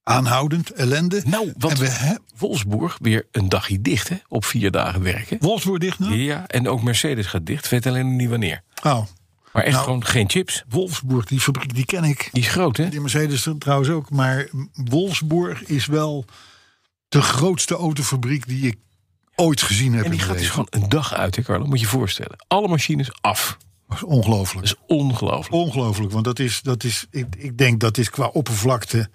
Aanhoudend, ellende.
Nou,
En
want
we hè,
Wolfsburg weer een dagje dicht, hè? Op vier dagen werken.
Wolfsburg dicht nou?
Ja, en ook Mercedes gaat dicht. Weet alleen niet wanneer.
Oh,
Maar echt
Nou.
gewoon geen chips.
Wolfsburg, die fabriek, die ken ik.
Die is groot, hè?
Die Mercedes trouwens ook. Maar Wolfsburg is wel de grootste autofabriek die ik ooit gezien heb.
En die
in
gaat
mijn
dus
leven.
gewoon een dag uit, hè, Carlo? Moet je je voorstellen. Alle machines af.
Dat is ongelooflijk.
Dat is
Oh.
ongelooflijk.
Ongelooflijk, want dat is, dat is ik, ik denk dat is qua oppervlakte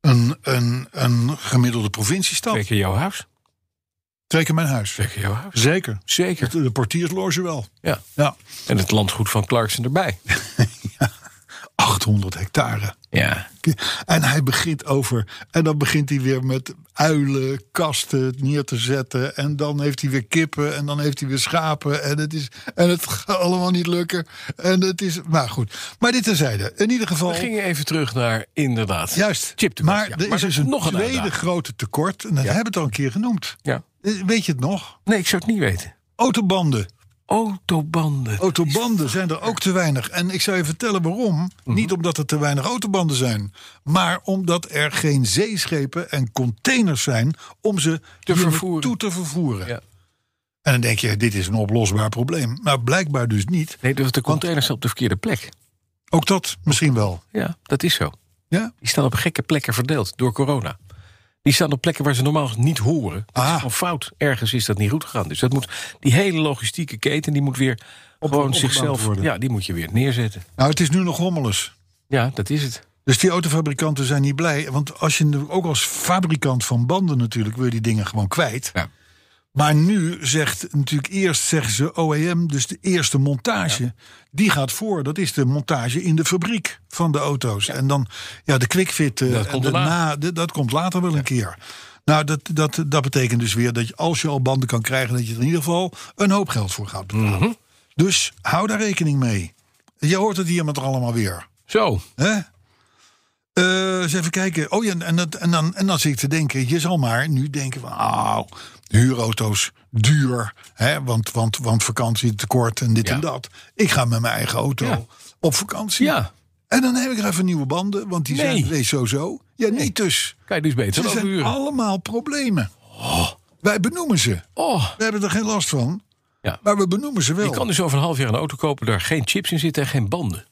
een, een, een gemiddelde provinciestad.
Twee keer jouw huis.
Twee keer mijn huis.
Twee keer jouw huis.
Zeker.
Zeker.
De portiersloge wel.
Ja.
Ja.
En het landgoed van Clarkson erbij.
800 hectare.
Ja.
En hij begint over. En dan begint hij weer met uilen, kasten neer te zetten. En dan heeft hij weer kippen. En dan heeft hij weer schapen. En het, is, en het gaat allemaal niet lukken. En het is. Maar goed. Maar dit terzijde. In ieder geval.
We gingen even terug naar, inderdaad.
Juist.
Chiptekort,
maar
ja.
er is
er
dus een
nog een
tweede
uitdaging.
grote tekort. En dat hebben we het al een keer genoemd.
Ja.
Eh, Weet je het nog?
Nee, ik zou het niet weten.
Autobanden. Oh.
autobanden.
Autobanden zijn er ook te weinig. En ik zou je vertellen waarom.
Mhm.
Niet omdat er te weinig autobanden zijn. Maar omdat er geen zeeschepen en containers zijn om ze te
vervoeren.
toe te vervoeren.
Ja.
En dan denk je, dit is een oplosbaar probleem. Nou, blijkbaar dus niet.
Nee, de, de containers staan op de verkeerde plek.
Ook dat misschien wel.
Ja, dat is zo.
Ja?
Die staan op gekke plekken verdeeld door corona. Die staan op plekken waar ze normaal niet horen. Dat is
Ah.
gewoon fout. Ergens is dat niet goed gegaan. Dus dat moet, die hele logistieke keten die moet weer gewoon
opgebouwd
zichzelf...
worden.
Ja, die moet je weer neerzetten.
Nou, het is nu nog hommeles.
Ja, dat is het.
Dus die autofabrikanten zijn niet blij. Want als je nu- ook als fabrikant van banden natuurlijk wil je die dingen gewoon kwijt.
Ja.
Maar nu zegt natuurlijk eerst zeggen ze OEM, dus de eerste montage, die gaat voor. Dat is de montage in de fabriek van de auto's. En dan ja, de quickfit eh,
Dat
en
komt
de
daarna.
na, de- dat komt later wel een keer. Nou, dat, dat, dat betekent dus weer dat je, als je al banden kan krijgen, dat je er in ieder geval een hoop geld voor gaat betalen.
Mhm.
Dus hou daar rekening mee. Je hoort het hier met allemaal weer.
Zo,
Hè? Eh, eens even kijken. Oh ja, en, dat, en, dan, en dan zit ik te denken, je zal maar nu denken van, auw, huurauto's, duur, hè, want, want, want vakantie tekort en dit
Ja.
en dat. Ik ga met mijn eigen auto
Ja.
op vakantie.
ja.
En dan heb ik er even nieuwe banden, want die
Nee.
zijn wees sowieso. Ja, niet dus.
Kan je dus beter
Ze
dan
zijn
buren.
allemaal problemen. Wij benoemen ze.
Oh,
We hebben er geen last van,
Ja.
maar we benoemen ze wel.
je kan dus over een half jaar een auto kopen... daar geen chips in zitten en geen banden.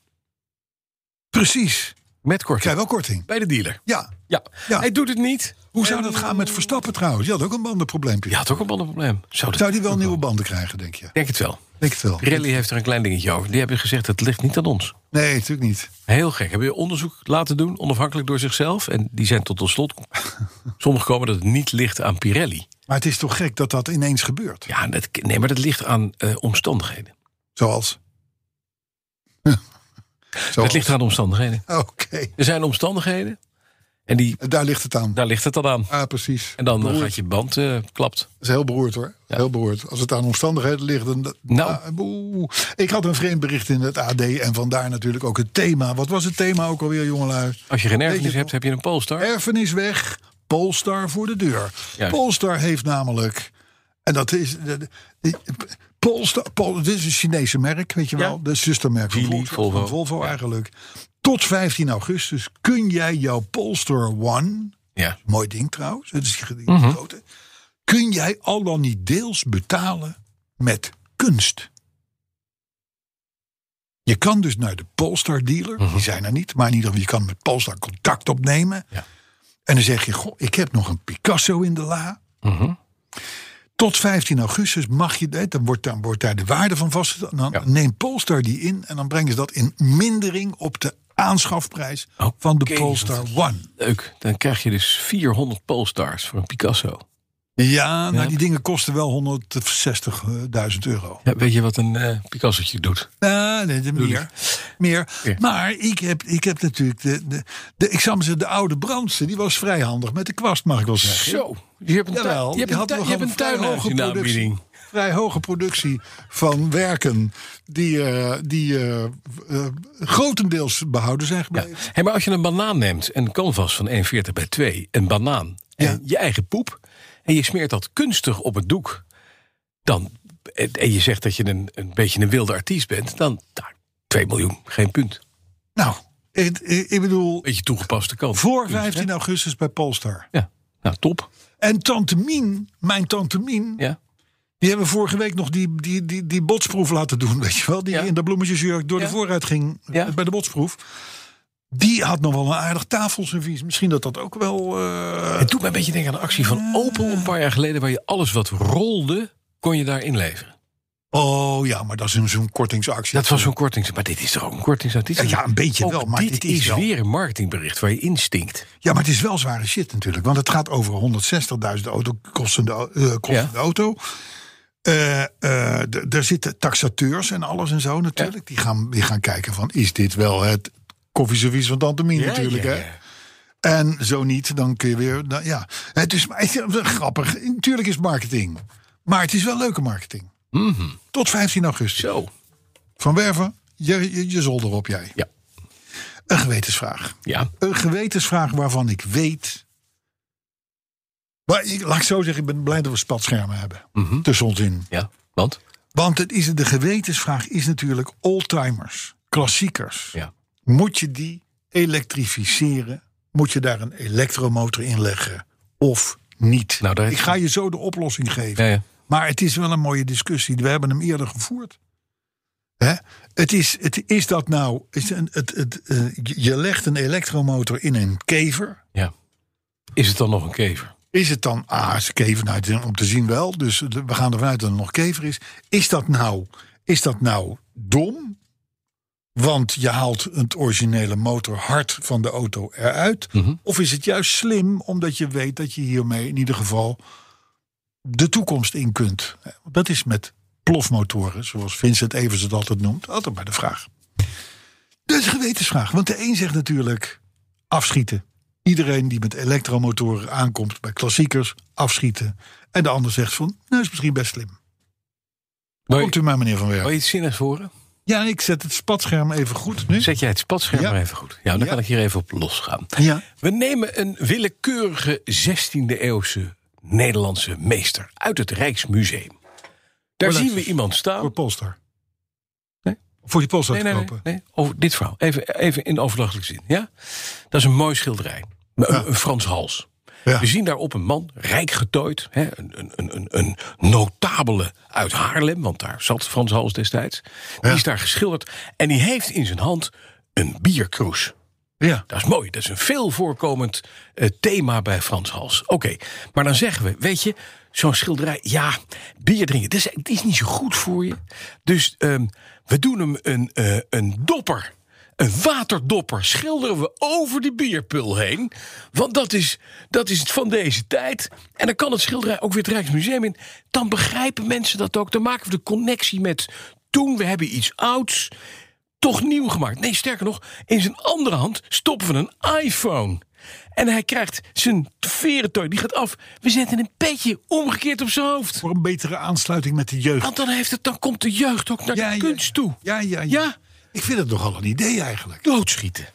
Precies.
Met
Krijg
korting.
wel korting.
Bij de dealer.
Ja.
Ja.
Ja.
Hij doet het niet.
Hoe zou dat gaan met Verstappen trouwens? Die had ook een bandenprobleempje.
Je had ook een bandenprobleem. Zou dat...
Zou die wel nieuwe banden krijgen, denk je?
Denk het wel.
Denk het wel.
Rally heeft er een klein dingetje over. Die hebben gezegd, het ligt niet aan ons.
Nee, natuurlijk niet.
Heel gek. Hebben we onderzoek laten doen, onafhankelijk door zichzelf. En die zijn tot ons slot. Sommigen komen dat het niet ligt aan Pirelli.
Maar het is toch gek dat dat ineens gebeurt?
Ja, dat, nee, maar dat ligt aan eh, omstandigheden.
Zoals? Zoals?
Het ligt aan omstandigheden.
Oh, Oké,
Er zijn omstandigheden. En die,
daar ligt het aan.
daar ligt het dan aan.
Ah, precies.
En dan eh,
Beroerd.
gaat je band eh, klapt.
Dat is heel beroerd hoor. Heel beroerd. Als het aan omstandigheden ligt, dan... dat-
Nou.
Ah, boe. ik had een vreemd bericht in het AD en vandaar natuurlijk ook het thema. Wat was het thema ook alweer, jongelui?
Als je geen erfenis
nog?
hebt, heb je een Polestar.
Erfenis weg, Polestar voor de deur.
Juist.
Polestar heeft namelijk, en dat is. de- de- die- Polestar, Pol, dit is een Chinese merk, weet je wel. De zustermerk van
Geely,
Volkswagen,
Volvo.
van Volvo eigenlijk. Tot 15 augustus kun jij jouw Polestar One,
Ja.
mooi ding trouwens, het is die- die
Mhm.
grote, kun jij al dan niet deels betalen met kunst. Je kan dus naar de Polestar dealer,
Mhm.
die zijn er niet, maar in ieder geval je kan met Polestar contact opnemen.
Ja.
En dan zeg je, goh, ik heb nog een Picasso in de la.
Mhm.
Tot 15 augustus mag je dat, dan wordt, dan wordt daar de waarde van vastgesteld. Dan
Ja.
neemt Polestar die in en dan brengen ze dat in mindering op de aanschafprijs
Oké,
van de
wat
Polestar One.
Leuk. Dan krijg je dus 400 Polestars voor een Picasso.
Ja, nou
Ja.
die dingen kosten wel 160.000 euro.
Ja, weet je wat een eh Picasso'tje doet?
Ah, nee, de meer. meer.
Ja.
Maar ik heb, ik heb natuurlijk de, de, de, ik zal maar zeggen, de oude Brandsen, die was vrij handig met de kwast, mag ik wel zeggen.
Zo. Je hebt een, tuin-
Jawel,
je hebt
die
een,
had
tuin-
nog
je hebt
een
een
vrij
tuinhuis
hoge
in de
productie.
aanbieding.
Vrij hoge productie van werken die, eh, die eh, eh, grotendeels behouden zijn
Ja.
gebleven.
Hey, maar als je een banaan neemt, een canvas van 41 bij 2, een banaan en
Ja.
je eigen poep... en je smeert dat kunstig op het doek... Dan, en en je zegt dat je een, een beetje een wilde artiest bent... dan nou, 2 miljoen, geen punt.
Nou, ik, ik ik bedoel,
Beetje toegepaste kant.
voor
Kunst, hè?
15 augustus bij Polestar.
Ja, nou top.
En Tante Mien, mijn Tante Mien,
Ja.
Die hebben vorige week nog die, die, die, die botsproef laten doen, weet je wel. Die
Ja.
in de bloemetjesjurk door
Ja.
de vooruit ging eh,
Ja.
bij de botsproef. Die had nog wel een aardig tafelservies. Misschien dat dat ook wel... eh,
Het doet mij een beetje denken aan de actie van Opel een paar jaar geleden... waar je alles wat rolde, kon je daar inleveren.
Oh ja, maar dat is een- zo'n kortingsactie.
Dat was zo'n kortings... Maar dit is toch ook een kortingsartiest?
Ja, ja, een beetje
Ook
wel, maar
dit
dit is
is
wel-
weer een marketingbericht waar je instinkt.
Ja, maar het is wel zware shit natuurlijk. Want het gaat over 160.000 auto kostende, au- eh, kostende
Ja.
auto. Eh, eh, d- daar zitten taxateurs en alles en zo natuurlijk. Die, gaan, die gaan kijken van, is dit wel het koffieservice van Tante Mien natuurlijk,
ja,
hè? En zo niet, dan kun je weer. nou ja, het is, het is grappig. Natuurlijk is het marketing. Maar het is wel leuke marketing. Tot 15 augustus.
Zo.
Van Werven, je, je, je zolder op jij.
Ja.
Een gewetensvraag.
Ja.
Een gewetensvraag waarvan ik weet. Maar ik, laat ik zo zeggen, ik ben blij dat we spatschermen hebben. Tussen ons in.
Ja, want?
Want het is, de gewetensvraag is natuurlijk oldtimers, klassiekers.
Ja.
Moet je die elektrificeren? Moet je daar een elektromotor in leggen of niet?
Nou, daar-
Ik ga je zo de oplossing geven.
Ja, ja.
Maar het is wel een mooie discussie. We hebben hem eerder gevoerd. Hè? Het is, het, is dat nou... Is een, het, het, eh, je- je legt een elektromotor in een kever.
Ja. Is het dan nog een kever?
Is het dan, ah, is een kever, nou, het is om te zien wel. Dus de- we gaan ervan uit dat het nog kever is. Is dat nou, is dat nou dom? Want je haalt het originele motorhart van de auto eruit. Of is het juist slim, omdat je weet dat je hiermee in ieder geval de toekomst in kunt? Dat is met plofmotoren, zoals Vincent Evers het altijd noemt, altijd maar de vraag. Dus gewetensvraag. Want de een zegt natuurlijk afschieten. Iedereen die met elektromotoren aankomt bij klassiekers, afschieten. En de ander zegt van, nou is misschien best slim.
Wil
Komt
je,
u maar, meneer Van Werf.
wil je iets zinnigs horen?
Ja, ik zet het spatscherm even goed nu.
Zet jij het spatscherm
Hm? Ja.
maar even goed. Ja, dan
Ja.
kan ik hier even op losgaan.
Ja.
We nemen een willekeurige 16e eeuwse Nederlandse meester uit het Rijksmuseum. Daar
Voor
zien we
Lexus.
iemand staan.
Voor Polestar.
Nee?
Voor die Polestar
nee,
te
nee, nee,
kopen.
nee. Over dit verhaal. Even, even in overdrachtelijk zin. Ja? Dat is een mooi schilderij. Een, een Frans hals.
Ja.
We zien daarop een man, rijk getooid. Hè, een, een, een, een, een notabele uit Haarlem, want daar zat Frans Hals destijds. Die
Ja.
is daar geschilderd. En die heeft in zijn hand een bierkroes.
Ja.
Dat is mooi. Dat is een veel voorkomend eh, thema bij Frans Hals. Oké, maar dan zeggen we, weet je, zo'n schilderij, ja, bier drinken, dat is, dat is niet zo goed voor je. Dus ehm, we doen hem een, eh, een dopper, een waterdopper, schilderen we over de bierpul heen. Want dat is, dat is het van deze tijd. En dan kan het schilderij ook weer het Rijksmuseum in. Dan begrijpen mensen dat ook. Dan maken we de connectie met toen, we hebben iets ouds toch nieuw gemaakt. Nee, sterker nog, in zijn andere hand stoppen we een iPhone. En hij krijgt zijn verentooi, die gaat af. We zetten een petje omgekeerd op zijn hoofd.
Voor een betere aansluiting met de jeugd.
Want dan, heeft het, dan komt de jeugd ook naar de kunst toe.
Ja, ja, ja,
Ja.
Ik vind het nogal een idee eigenlijk.
Doodschieten.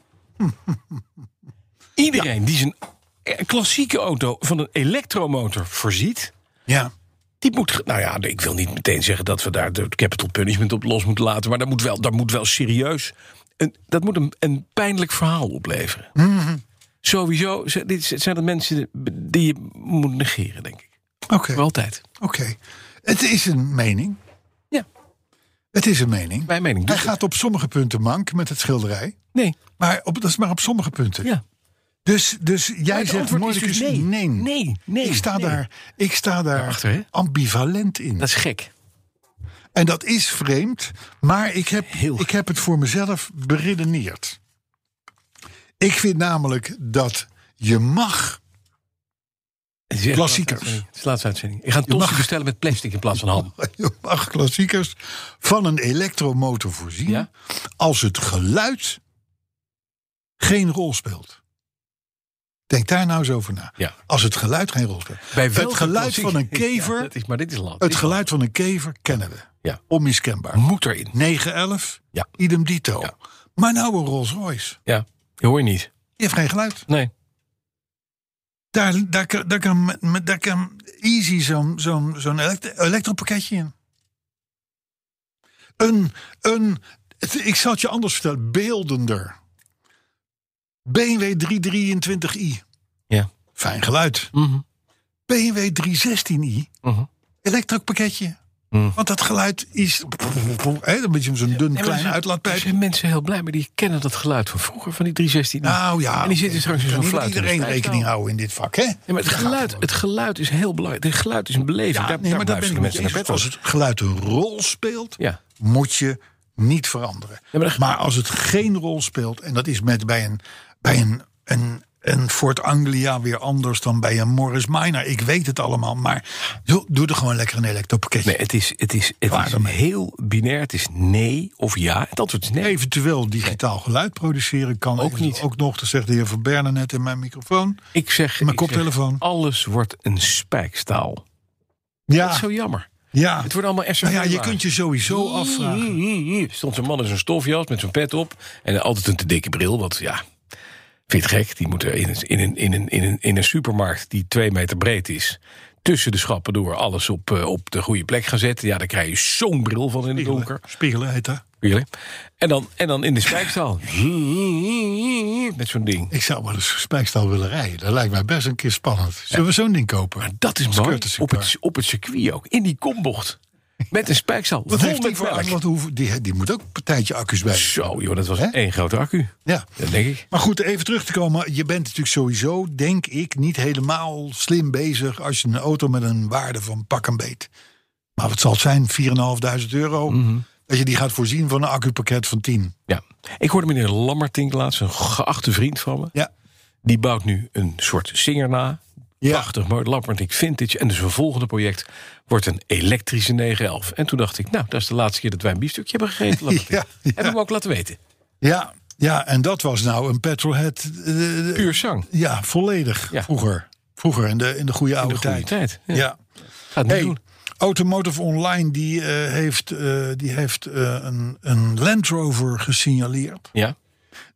Iedereen die zijn eh, klassieke auto van een elektromotor voorziet...
Ja.
Die moet, ge- nou ja, ik wil niet meteen zeggen dat we daar de capital punishment op los moeten laten. Maar daar moet wel, daar moet wel serieus. Een, dat moet een, een pijnlijk verhaal opleveren.
Mhm.
Sowieso z- dit z- zijn dat mensen die je moet negeren, denk ik.
Oké.
Voor altijd.
Oké. Het is een mening.
Ja,
Het is een mening.
mijn mening.
Hij
Dus-
gaat op sommige punten mank met het schilderij.
Nee,
Maar op, dat is maar op sommige punten.
ja.
Dus, dus jij
het
zegt
antwoord is
Mordicus,
dus nee.
nee.
Nee, nee,
Ik sta
nee.
daar, ik sta daar
Daarachter, hè?
ambivalent in.
Dat is gek.
En dat is vreemd, maar ik heb,
Heel
ik heb het voor mezelf beredeneerd. Ik vind namelijk dat je mag.
Het is echt
Klassiekers.
de laatste uitzending. Het is de laatste uitzending. Ik ga een tossie
mag-
bestellen met plastic in plaats van ham.
Je mag klassiekers van een elektromotor voorzien.
Ja.
als het geluid geen rol speelt. Denk daar nou eens over na.
Ja.
Als het geluid geen rol speelt. het
welke
geluid
klassiek-
van een
Ja,
kever.
dat is, maar dit is land.
het geluid van een kever kennen we.
Ja.
Onmiskenbaar.
moet erin.
911,
Ja.
idem dito.
Ja.
Maar nou een Rolls Royce.
Ja, die hoor je niet.
Die heeft geen geluid.
Nee.
Daar, daar, kan- daar, kan, me- me- daar kan easy zo'n zo'n zo'n elekt- elektropakketje in. Een, een, het- ik zal het je anders vertellen, beeldender. BMW 323i,
Ja.
fijn geluid.
Mhm.
BMW 316i,
Mhm.
elektropakketje. Want dat geluid is... Hè, dan moet je hem zo'n dun
Nee, maar
klein
er zijn- Er
uitlaatpijp.
zijn mensen heel blij, maar die kennen dat geluid van vroeger, van die 316. niet.
Nou ja,
En die zitten
oké,
straks in
kan
zo'n
niet met
fluit. in de
iedereen
stijl.
rekening houden in dit vak, hè?
Ja, maar het, geluid, het geluid is heel belangrijk. Het geluid is een beleving.
Ja,
daar
nee,
daar
maar dat ben ik
luisteren
met je
mensen naar
eens.
bed
Als
over.
het geluid een rol speelt,
Ja.
moet je niet veranderen.
maar
maar,
dat-
als het geen rol speelt, en dat is met bij een, bij een, een, een Ford Anglia weer anders dan bij een Morris Minor. Ik weet het allemaal, maar joh, doe er gewoon lekker een elektropakketje.
Nee, het is, het is, het
Klaar
is
ermee.
heel binair. Het is nee of ja. Het antwoord is nee.
Eventueel digitaal geluid produceren kan
Ook
eventueel
niet.
ook nog, dat zegt de heer Van Berne net in mijn microfoon.
Ik zeg,
Mijn
ik zeg,
koptelefoon.
alles wordt een spijkstaal. Dat is
Ja,
zo jammer.
ja.
Het wordt allemaal SRV.
Nou ja, je kunt je
Mm,
sowieso afvragen.
Stond zo'n man in zo'n stofjas met zo'n pet op. En altijd een te dikke bril. Want ja, vind je het gek? Die moeten in een, in een, in een, in een, in een supermarkt die twee meter breed is. tussen de schappen door alles op, eh, op de goede plek gaan zetten. Ja, dan krijg je zo'n bril van in het donker.
Spiegelen heet dat.
Really? En, dan, en dan in de spijkstaal. Met zo'n ding.
Ik zou wel eens Spijkstal willen rijden. Dat lijkt mij best een keer spannend. Zullen we zo'n ding kopen?
Maar dat is
Als
mooi.
courtesy
Op
car.
het, op het circuit ook. In die kombocht. Met een spijkstaal.
Wat
vol
heeft
met
die voor
melk.
aan- wat hoeven- die, die moet ook een partijtje accu's bij.
Zo, joh, dat was
Hè?
één grote accu.
Ja.
Dat denk ik.
Maar goed, even terug te komen. Je bent natuurlijk sowieso, denk ik, niet helemaal slim bezig... als je een auto met een waarde van pak een beet. Maar wat zal het zijn? 4.500 euro.
Mhm.
Dat je die gaat voorzien van een accupakket van 10.
Ja. Ik hoorde meneer Lammertink laatst, een geachte vriend van me.
Ja.
Die bouwt nu een soort singer na.
Ja.
Prachtig, mooi. Lammertink Vintage. En dus een volgende project wordt een elektrische 911. En toen dacht ik, nou, dat is de laatste keer dat wij een biefstukje hebben gegeten. Lammertink.
Ja, ja.
Hebben we hem ook laten weten.
Ja, ja, en dat was nou een petrolhead. eh,
Puur zang.
ja, volledig.
Ja.
Vroeger. Vroeger, in de, in de goede oude
De goede
tijd.
tijd. Ja.
Ja.
Gaat niet
Hey,
doen.
Automotive Online die, eh, heeft, eh, die heeft eh, een, een Land Rover gesignaleerd.
Ja.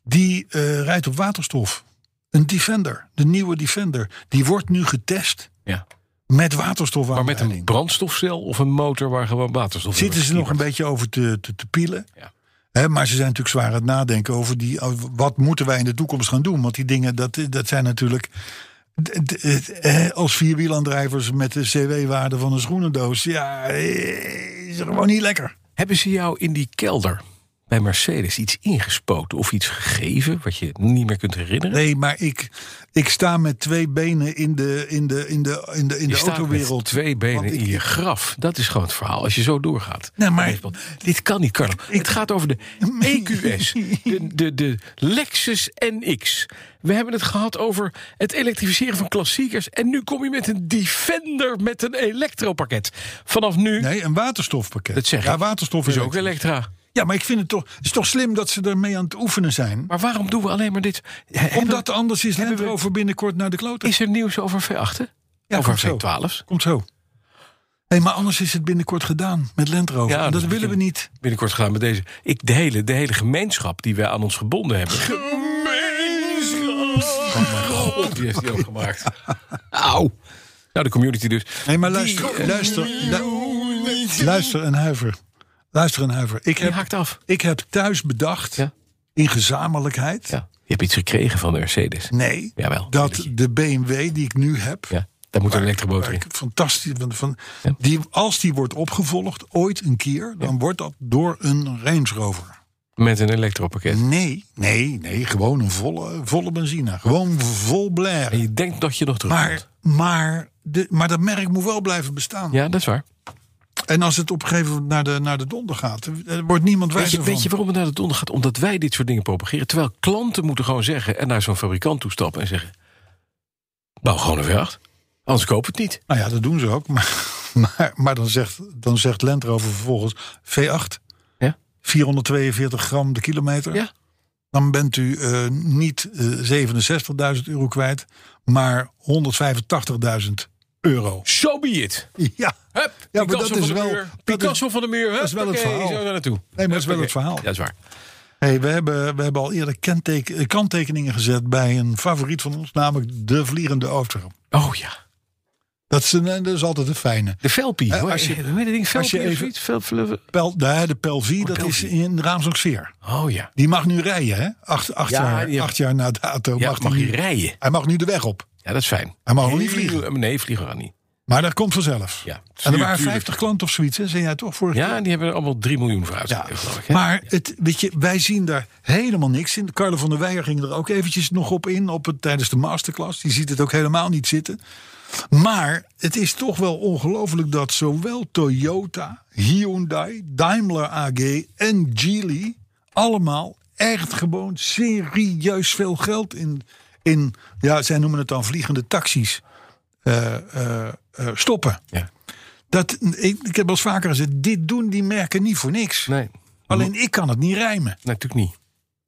Die eh, rijdt op waterstof. Een Defender, de nieuwe Defender. Die wordt nu getest
ja.
met waterstof.
Maar met een brandstofcel of een motor waar gewoon waterstof in
Zitten
wordt
ze nog een
gekieperd.
beetje over te, te, te pielen.
Ja.
Hè, maar ze zijn natuurlijk zwaar aan het nadenken over die, over wat moeten wij in de toekomst gaan doen. Want die dingen, dat, dat zijn natuurlijk d- d- eh, hè, als vierwielaandrijvers met de CW-waarde van een schoenendoos. Ja, eh, is er gewoon niet lekker.
Hebben ze jou in die kelder bij Mercedes iets ingespoten of iets gegeven wat je niet meer kunt herinneren?
Nee, maar ik, ik sta met twee benen in de, in de, in de, in de, in
Je
de
staat
autowereld.
met twee benen
Want ik-
in je graf. Dat is gewoon het verhaal als je zo doorgaat.
Nee, maar-
Want dit kan niet, Carlo. het gaat over de EQS, de, de, de Lexus NX. We hebben het gehad over het elektrificeren van klassiekers. En nu kom je met een Defender met een elektropakket. Vanaf nu,
Nee, een waterstofpakket.
dat zeg ik,
ja, waterstof
is ook
elektrisch.
elektra.
Ja, maar ik vind het toch, het is toch slim dat ze ermee aan het oefenen zijn.
Maar waarom doen we alleen maar dit? He- hebben
Omdat anders is Land
we-
Rover binnenkort naar de klote.
Is er nieuws over V8?
Ja,
over
komt zo.
V12?
Komt zo. Hé, maar anders is het binnenkort gedaan met Land Rover.
Ja,
En dat
dat
willen we
begin-
niet.
Binnenkort gaan met deze. Ik, de, hele, de hele gemeenschap die wij aan ons gebonden hebben. Gemeenschap! Oh mijn god, die heeft hij ook gemaakt. Auw. Nou, de community dus.
Nee, maar luister. eh, luister, lu- luister en huiver. Luister en huiver. Ik
Die
heb,
haakt af.
ik heb thuis bedacht,
Ja.
in gezamenlijkheid...
Ja. Je hebt iets gekregen van de Mercedes.
Nee,
Jawel,
dat
tuurlijk.
de BMW die ik nu heb...
Ja, daar moet een elektromotor
waar
in.
ik fantastisch. Van, van,
Ja.
die, als die wordt opgevolgd, ooit een keer... dan wordt dat door een Range Rover.
Met een elektropakket.
Nee, nee, nee. Gewoon een volle, volle benzine. Gewoon vol blaren.
En je denkt dat je nog terug
Maar, maar, de, maar dat merk moet wel blijven bestaan.
Ja, dat is waar.
En als het op een gegeven moment naar de, naar de donder gaat, er wordt niemand
Weet
wijzer
je, weet je waarom het naar de donder gaat? Omdat wij dit soort dingen propageren. Terwijl klanten moeten gewoon zeggen en naar zo'n fabrikant toe stappen en zeggen: Bouw gewoon een V8. Anders koop het niet.
van. Nou ja, dat doen ze ook. Maar, maar, maar dan, zegt, dan zegt Land Rover vervolgens V8,
Ja?
442 gram de kilometer.
Ja.
Dan bent u eh, niet eh, 67.000 euro kwijt, maar 185.000 euro.
So be it.
Ja,
Hup,
maar
Picasso
dat
van
is
de
wel-
muur.
dat is-
Picasso van de muur.
dat is wel het
Huppakee,
verhaal.
Zo daar naartoe.
nee, maar dat is wel
Huppakee.
het verhaal.
Ja, dat is waar.
Hey, we, hebben, we hebben al eerder kenteken- eh, kanttekeningen gezet bij een favoriet van ons, namelijk de Vliegende Auto.
Oh ja.
Dat is, een, eh, dat is altijd een fijne.
De Velpie.
Eh,
hoor.
als je-
Hoe heet dat ding?
als je
Velpie of
even-
zoiets? Vel- vel-
Pel, de, de
Oh,
Pelvie, dat is
Pelvie.
in Raamsdorp-Sfeer.
Oh ja.
Die mag nu rijden, hè? Acht, acht,
Ja,
jaar,
die heb-
acht jaar na dato
Ja,
mag,
mag
hij
hij
nu-
rijden?
Hij mag nu de weg op.
Ja, dat is fijn.
Hij mag nog niet vliegen.
Heel- Nee, vliegen we gaan niet.
Maar dat komt vanzelf.
Ja,
en er
tuurlijk,
waren
tuurlijk.
50 klanten of zoiets, hè? Zijn jij toch vorig
Ja, die hebben er allemaal 3 miljoen voor
Ja,
uitgegeven, geloof ik. hè?
maar het, weet je, wij zien daar helemaal niks in. Carlo van der Weijer ging er ook eventjes nog op in op het, tijdens de masterclass. Die ziet het ook helemaal niet zitten. Maar het is toch wel ongelooflijk dat zowel Toyota, Hyundai, Daimler AG en Geely... allemaal echt gewoon serieus veel geld in... in ja, zij noemen het dan vliegende taxis eh, eh, eh, stoppen.
Ja.
Dat, ik, ik heb wel eens vaker gezegd, dit doen die merken niet voor niks.
Nee,
Alleen ik kan het niet rijmen.
natuurlijk niet.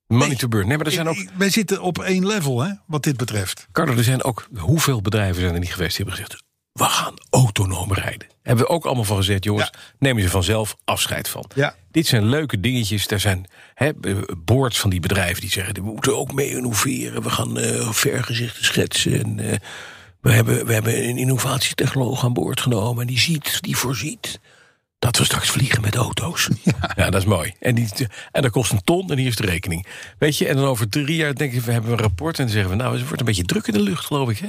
Money to burn. Nee, maar er zijn ook
Ik- ik- wij zitten op één level, hè, wat dit betreft.
Carlo, er zijn ook hoeveel bedrijven zijn er niet geweest die hebben gezegd: we gaan autonoom rijden. Hebben we ook allemaal van gezegd, jongens,
Ja.
nemen ze vanzelf afscheid van.
Ja.
Dit zijn leuke dingetjes. Daar zijn hè, boards van die bedrijven die zeggen: we moeten ook mee innoveren. We gaan eh vergezichten schetsen. En, eh, We hebben, we hebben een innovatietechnoloog aan boord genomen. Die ziet, die voorziet. Dat we straks vliegen met auto's. Ja, dat is mooi. En, die, en dat kost een ton en hier is de rekening. Weet je, en dan over drie jaar denken we, we hebben een rapport. En dan zeggen we, nou, het wordt een beetje druk in de lucht, geloof ik, hè?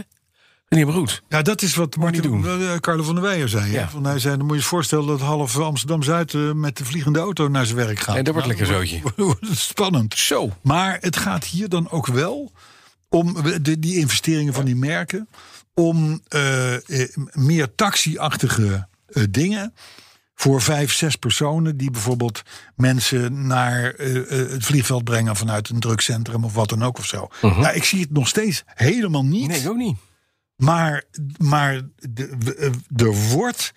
Meneer Broed.
Ja, dat is wat Martin,
niet
eh, Carlo van der Weijer zei. hè.
Ja.
Van, hij zei, dan moet je je voorstellen dat half Amsterdam-Zuid eh, met de vliegende auto naar zijn werk gaat.
En dat Nou, wordt lekker zootje.
wordt het spannend.
Zo.
Maar het gaat hier dan ook wel om de, die investeringen van die merken. Om eh, eh, meer taxi-achtige eh, dingen. Voor vijf, zes personen die bijvoorbeeld mensen naar eh, eh, het vliegveld brengen vanuit een drukcentrum of wat dan ook of zo. Ja, ik zie het nog steeds helemaal niet.
Nee, ik ook niet.
Maar, maar de- w- eh, er wordt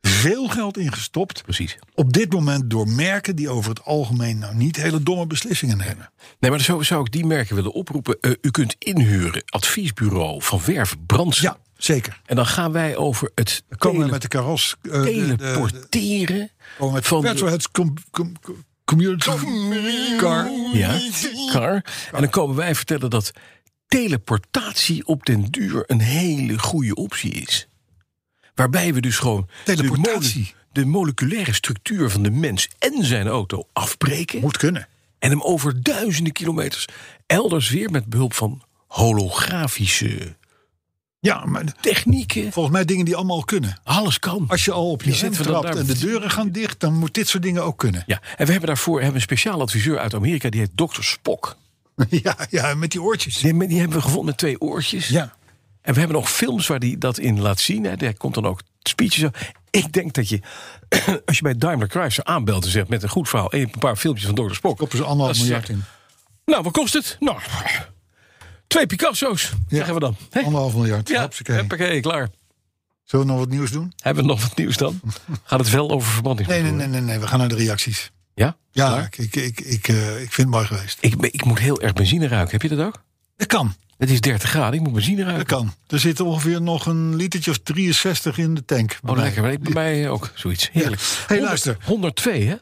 veel geld in gestopt.
Precies.
Op dit moment door merken die over het algemeen nou niet hele domme beslissingen nemen.
Nee, maar zo zou ik die merken willen oproepen. Eh, u kunt inhuren, adviesbureau van Werf Brandsen.
Ja, zeker.
En dan gaan wij over het
Komen we
tele-
met de karos. eh, de- de- de-
teleporteren
Komen met
van de-
Petroheads com- com- com- Community Car.
ja, car. En dan komen wij vertellen dat teleportatie op den duur een hele goede optie is. Waarbij we dus gewoon de
Teleportatie.
mole- de moleculaire structuur van de mens en zijn auto afbreken.
Moet kunnen.
En hem over duizenden kilometers elders weer met behulp van holografische
Ja, maar
technieken.
volgens mij dingen die allemaal al kunnen.
Alles kan.
Als je al op je
Die
zin
zetten we dan
trapt en
daar-
de deuren gaan dicht, dan moet dit soort dingen ook kunnen.
Ja, en we hebben daarvoor hebben een speciaal adviseur uit Amerika, die heet Dr. Spock.
Ja, ja met die oortjes.
Die, die hebben we gevonden met twee oortjes.
Ja.
En we hebben nog films waar hij dat in laat zien. Hè. Daar komt dan ook speeches. op. Ik denk dat je, als je bij Daimler Chrysler aanbelt en zegt met een goed verhaal, en een paar filmpjes van Dr. Spock.
Koppen ze anderhalf
Dat is-
miljard in.
Nou, wat kost het? Nou, twee Picasso's, zeggen we dan. hè?
Anderhalf miljard.
Ja,
Hopsakee.
hoppakee, klaar.
Zullen we nog wat nieuws doen?
Hebben we nog wat nieuws dan? Gaat het wel over
Nee,
verbrandingsmotoren?
nee, nee, nee, nee. We gaan naar de reacties.
Ja?
Ja,
Klaar?
ik, ik, ik, ik, eh, ik vind het mooi geweest.
Ik, ben- ik moet heel erg benzine ruiken. Heb je dat ook?
Dat kan,
Het is 30 graden, ik moet benzine
dat
ruiken.
kan. Er zit ongeveer nog een litertje of 63 in de tank.
Oh, lekker. Bij, bij mij ook zoiets. Heerlijk.
Hey,
100
luister.
102, hè?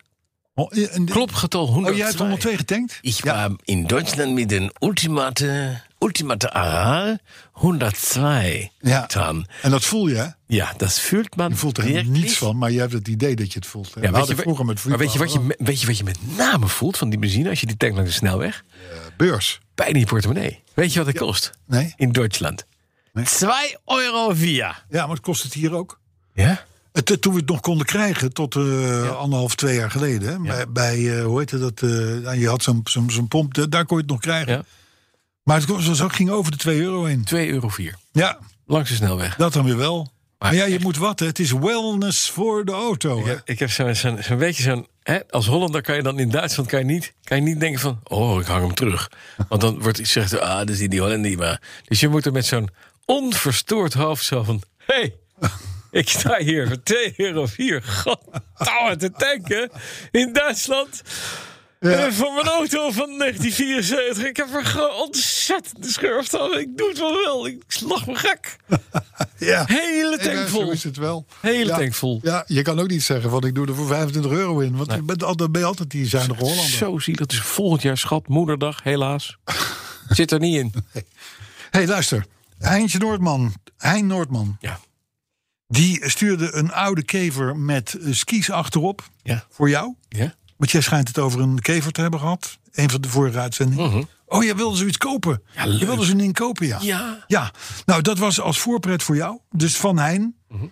Oh, ja, en-
Klopt, getal
Oh,
102.
jij hebt 102 getankt?
Ik war in Deutschland mit dem Ultimate, Ultimate Aral 102
Ja.
dran.
En dat voel je, hè?
Ja, dat fühlt man
Je voelt er
wirklich.
helemaal niets van, maar je hebt het idee dat je het voelt.
Ja,
hè? We
weet je,
hadden
wat-
vroeger met
maar weet je, wat je,
voetballen
me- weet je wat je met name voelt van die benzine als je die tankt langs de snelweg?
ook. eh, Beurs.
Bijna in je portemonnee. Weet je wat het kost?
Nee?
In Duitsland. 2 euro via.
Ja, maar het kost het hier ook.
Ja?
Het, eh, toen we het nog konden krijgen, tot eh, anderhalf, twee jaar geleden. hè, Bij, bij, eh, hoe heette dat? eh, nou, je had zo'n zo'n zo'n pomp, da- daar kon je het nog krijgen.
Ja.
Maar het kost- het ging over de 2 euro heen.
2 euro vier.
Ja,
Langs de snelweg.
Dat dan weer wel. Maar, ja, je
echt-
moet wat, hè? Het is wellness voor de auto. Hè?
Ja, ik heb zo'n zo zo beetje zo'n. Hè, als Hollander kan je dan in Duitsland kan je niet, kan je niet denken van. Oh, ik hang hem terug. Want dan wordt zegt. Ah, dat is die, die Hollander. die Maar. Dus je moet er met zo'n onverstoord hoofd zo van. Hé, hey, ik sta hier voor 2 euro 4. God, te tanken in Duitsland. Eh, voor mijn auto van 1974. Ik heb er gewoon ontzettende schurft aan. Ik doe het wel wel. Ik lach me gek.
Ja.
Hele
Hey,
tank
daar, Zo
vol.
is het wel.
Hele
ja.
tank vol.
Ja, je kan ook niet zeggen, want ik doe er voor 25 euro in. Want je bent altijd, ben je altijd die zuinige Hollander.
Zo zielig. Dus volgend jaar schat, moederdag, helaas. Zit er niet in.
hey, luister. Heintje Noordman, Hein Noordman,
Ja.
die stuurde een oude kever met eh, skis achterop
Ja.
voor jou.
Ja?
Want jij schijnt het over een kever te hebben gehad. Een van de vorige uitzendingen. Oh, jij wilde zoiets kopen.
Mhm. Ja,
je
leuk.
wilde zo'n ding kopen, ja.
Ja.
Ja, nou dat was als voorpret voor jou. Dus Van Heijn.
Mhm.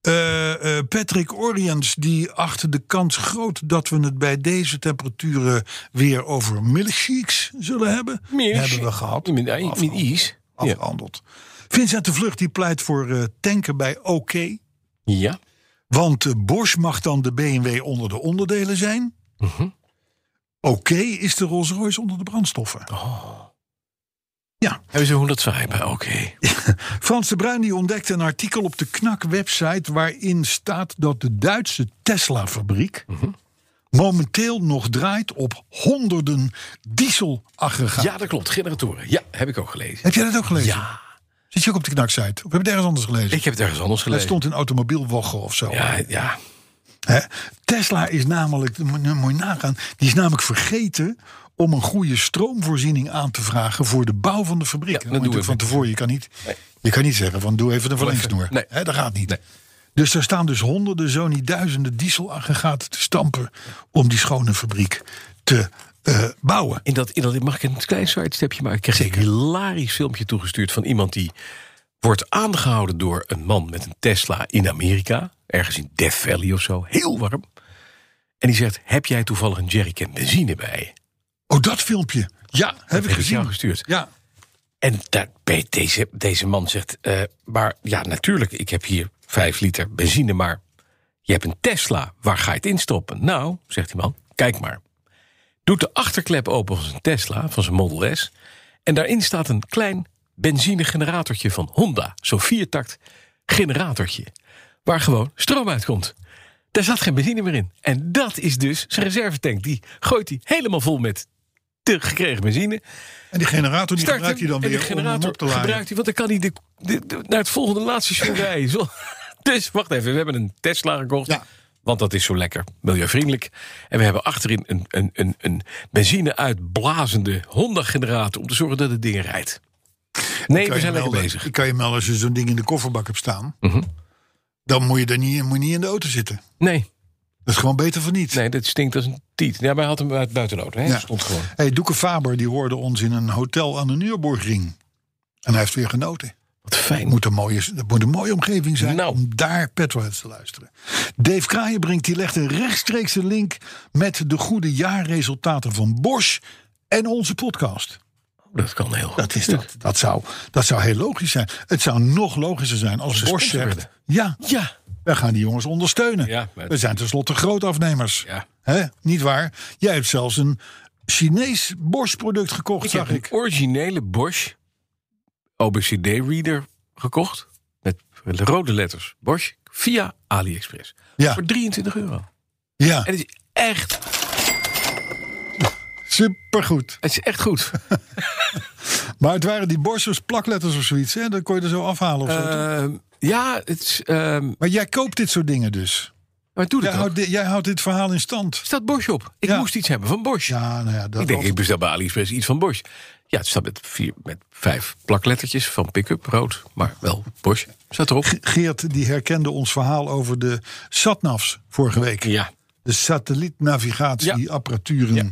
Eh, eh, Patrick Oriens die achter de kans groot dat we het bij deze temperaturen weer over milkshakes zullen hebben.
Milkshake.
Hebben we gehad.
Met, met, met is. Ja.
Afgehandeld. Vincent de Vlucht die pleit voor eh, tanken bij OK.
ja.
Want eh, Bosch mag dan de BMW onder de onderdelen zijn.
Mhm.
OK is de Rolls Royce onder de brandstoffen.
Oh.
Ja,
Hebben ze 102 bij? Oké.
Frans de Bruin die ontdekte een artikel op de KNAK-website... waarin staat dat de Duitse Tesla-fabriek...
Mhm.
momenteel nog draait op honderden dieselaggregaten.
Ja, dat klopt. Generatoren. Ja, heb ik ook gelezen.
Heb jij dat ook gelezen?
Ja.
Zit je ook op de KNAK-site? Of heb je het ergens anders gelezen?
Ik heb het ergens anders
Het
gelezen.
stond in Automobielwochen of zo.
Ja, ja.
Hè? Tesla is namelijk, moet je moet je nagaan... die is namelijk vergeten om een goede stroomvoorziening aan te vragen... voor de bouw van de fabriek.
Ja, dat
moet
doen
je
we
van tevoren. Je kan niet, Je kan niet zeggen van doe even een verlengsnoer.
Nee.
Hè, dat gaat niet. Dus er staan dus honderden, zo niet duizenden dieselaggregaten te stampen om die schone fabriek te eh, bouwen.
In dat, in dat, mag ik een klein sidestepje maken? Ik kreeg een hilarisch filmpje toegestuurd van iemand die wordt aangehouden door een man met een Tesla in Amerika. Ergens in Death Valley of zo. Heel warm. En die zegt, heb jij toevallig een jerrycan benzine bij je?
Oh, dat filmpje. Ja, heb ik
heb ik jou
gezien.
gestuurd.
Ja,
En daar, bij deze, deze man zegt, eh, maar ja, natuurlijk, ik heb hier vijf liter benzine, maar je hebt een Tesla, waar ga je het instoppen? Nou, zegt die man, kijk maar. Doet de achterklep open van zijn Tesla, van zijn Model S, en daarin staat een klein benzinegeneratortje van Honda, zo'n viertakt generatortje, waar gewoon stroom uitkomt. Daar zat geen benzine meer in. En dat is dus zijn reservetank. Die gooit hij helemaal vol met te gekregen benzine.
en die generator die
Start
gebruikt hij
hem
dan
en
weer
de
om hem
generator
op te laden.
gebruikt hij, want dan kan hij de, de- de- naar het volgende laatste station rijden. Zo. Dus wacht even, we hebben een Tesla gekocht.
Ja.
Want dat is zo lekker milieuvriendelijk. En we hebben achterin een, een, een, een benzine uitblazende Honda-generator... om te zorgen dat het ding rijdt. Nee, we
kan je
zijn lekker
melden.
bezig.
Ik kan je melden als je zo'n ding in de kofferbak hebt staan.
Mhm.
Dan moet je, er niet, moet je niet in de auto zitten.
Nee,
Dat is gewoon beter van niet.
nee, dat stinkt als een tiet. Ja, maar hij had hem uit- buiten nodig. Hè?
Ja.
Stond gewoon.
Hey, Doeke Faber die hoorde ons in een hotel aan de Nürburgring. En hij heeft weer genoten.
Wat fijn.
Moet een mooie, dat moet een mooie omgeving zijn
Nou.
om daar Petroheads te luisteren. Dave Kraaienbrink die legt een rechtstreekse link... met de goede jaarresultaten van Bosch en onze podcast.
Dat kan heel goed.
Dat, is dat. Dat, zou, dat zou heel logisch zijn. Het zou nog logischer zijn als,
ze
Bosch
sponsor
zegt... Ja,
Ja,
wij gaan die jongens ondersteunen.
Ja, maar-
We zijn tenslotte grootafnemers.
Ja.
Hè? Niet waar? Jij hebt zelfs een Chinees Bosch-product gekocht,
ik
zag
heb
ik.
een originele Bosch OBCD-reader gekocht. Met rode letters. Bosch via AliExpress.
Ja,
Voor 23 euro.
ja.
En het is echt,
supergoed.
het is echt goed.
Maar het waren die borstels, plakletters of zoiets. Hè? Dat kon je er zo afhalen. Of zo.
Ehm, ja, het is... ehm,
Maar jij koopt dit soort dingen dus.
maar doe
Jij
dat ook.
houdt, dit, jij houdt dit verhaal in stand.
Er staat Bosch op. Ik
Ja.
moest iets hebben van Bosch.
Ja, nou ja, dat
ik denk,
was-
ik bestel bij AliExpress iets van Bosch. Ja, het staat met, vier, met vijf plaklettertjes van pick-up, rood. Maar wel Bosch. Staat erop.
Geert die herkende ons verhaal over de satnavs vorige week.
Ja.
De satellietnavigatieapparaturen.
Ja.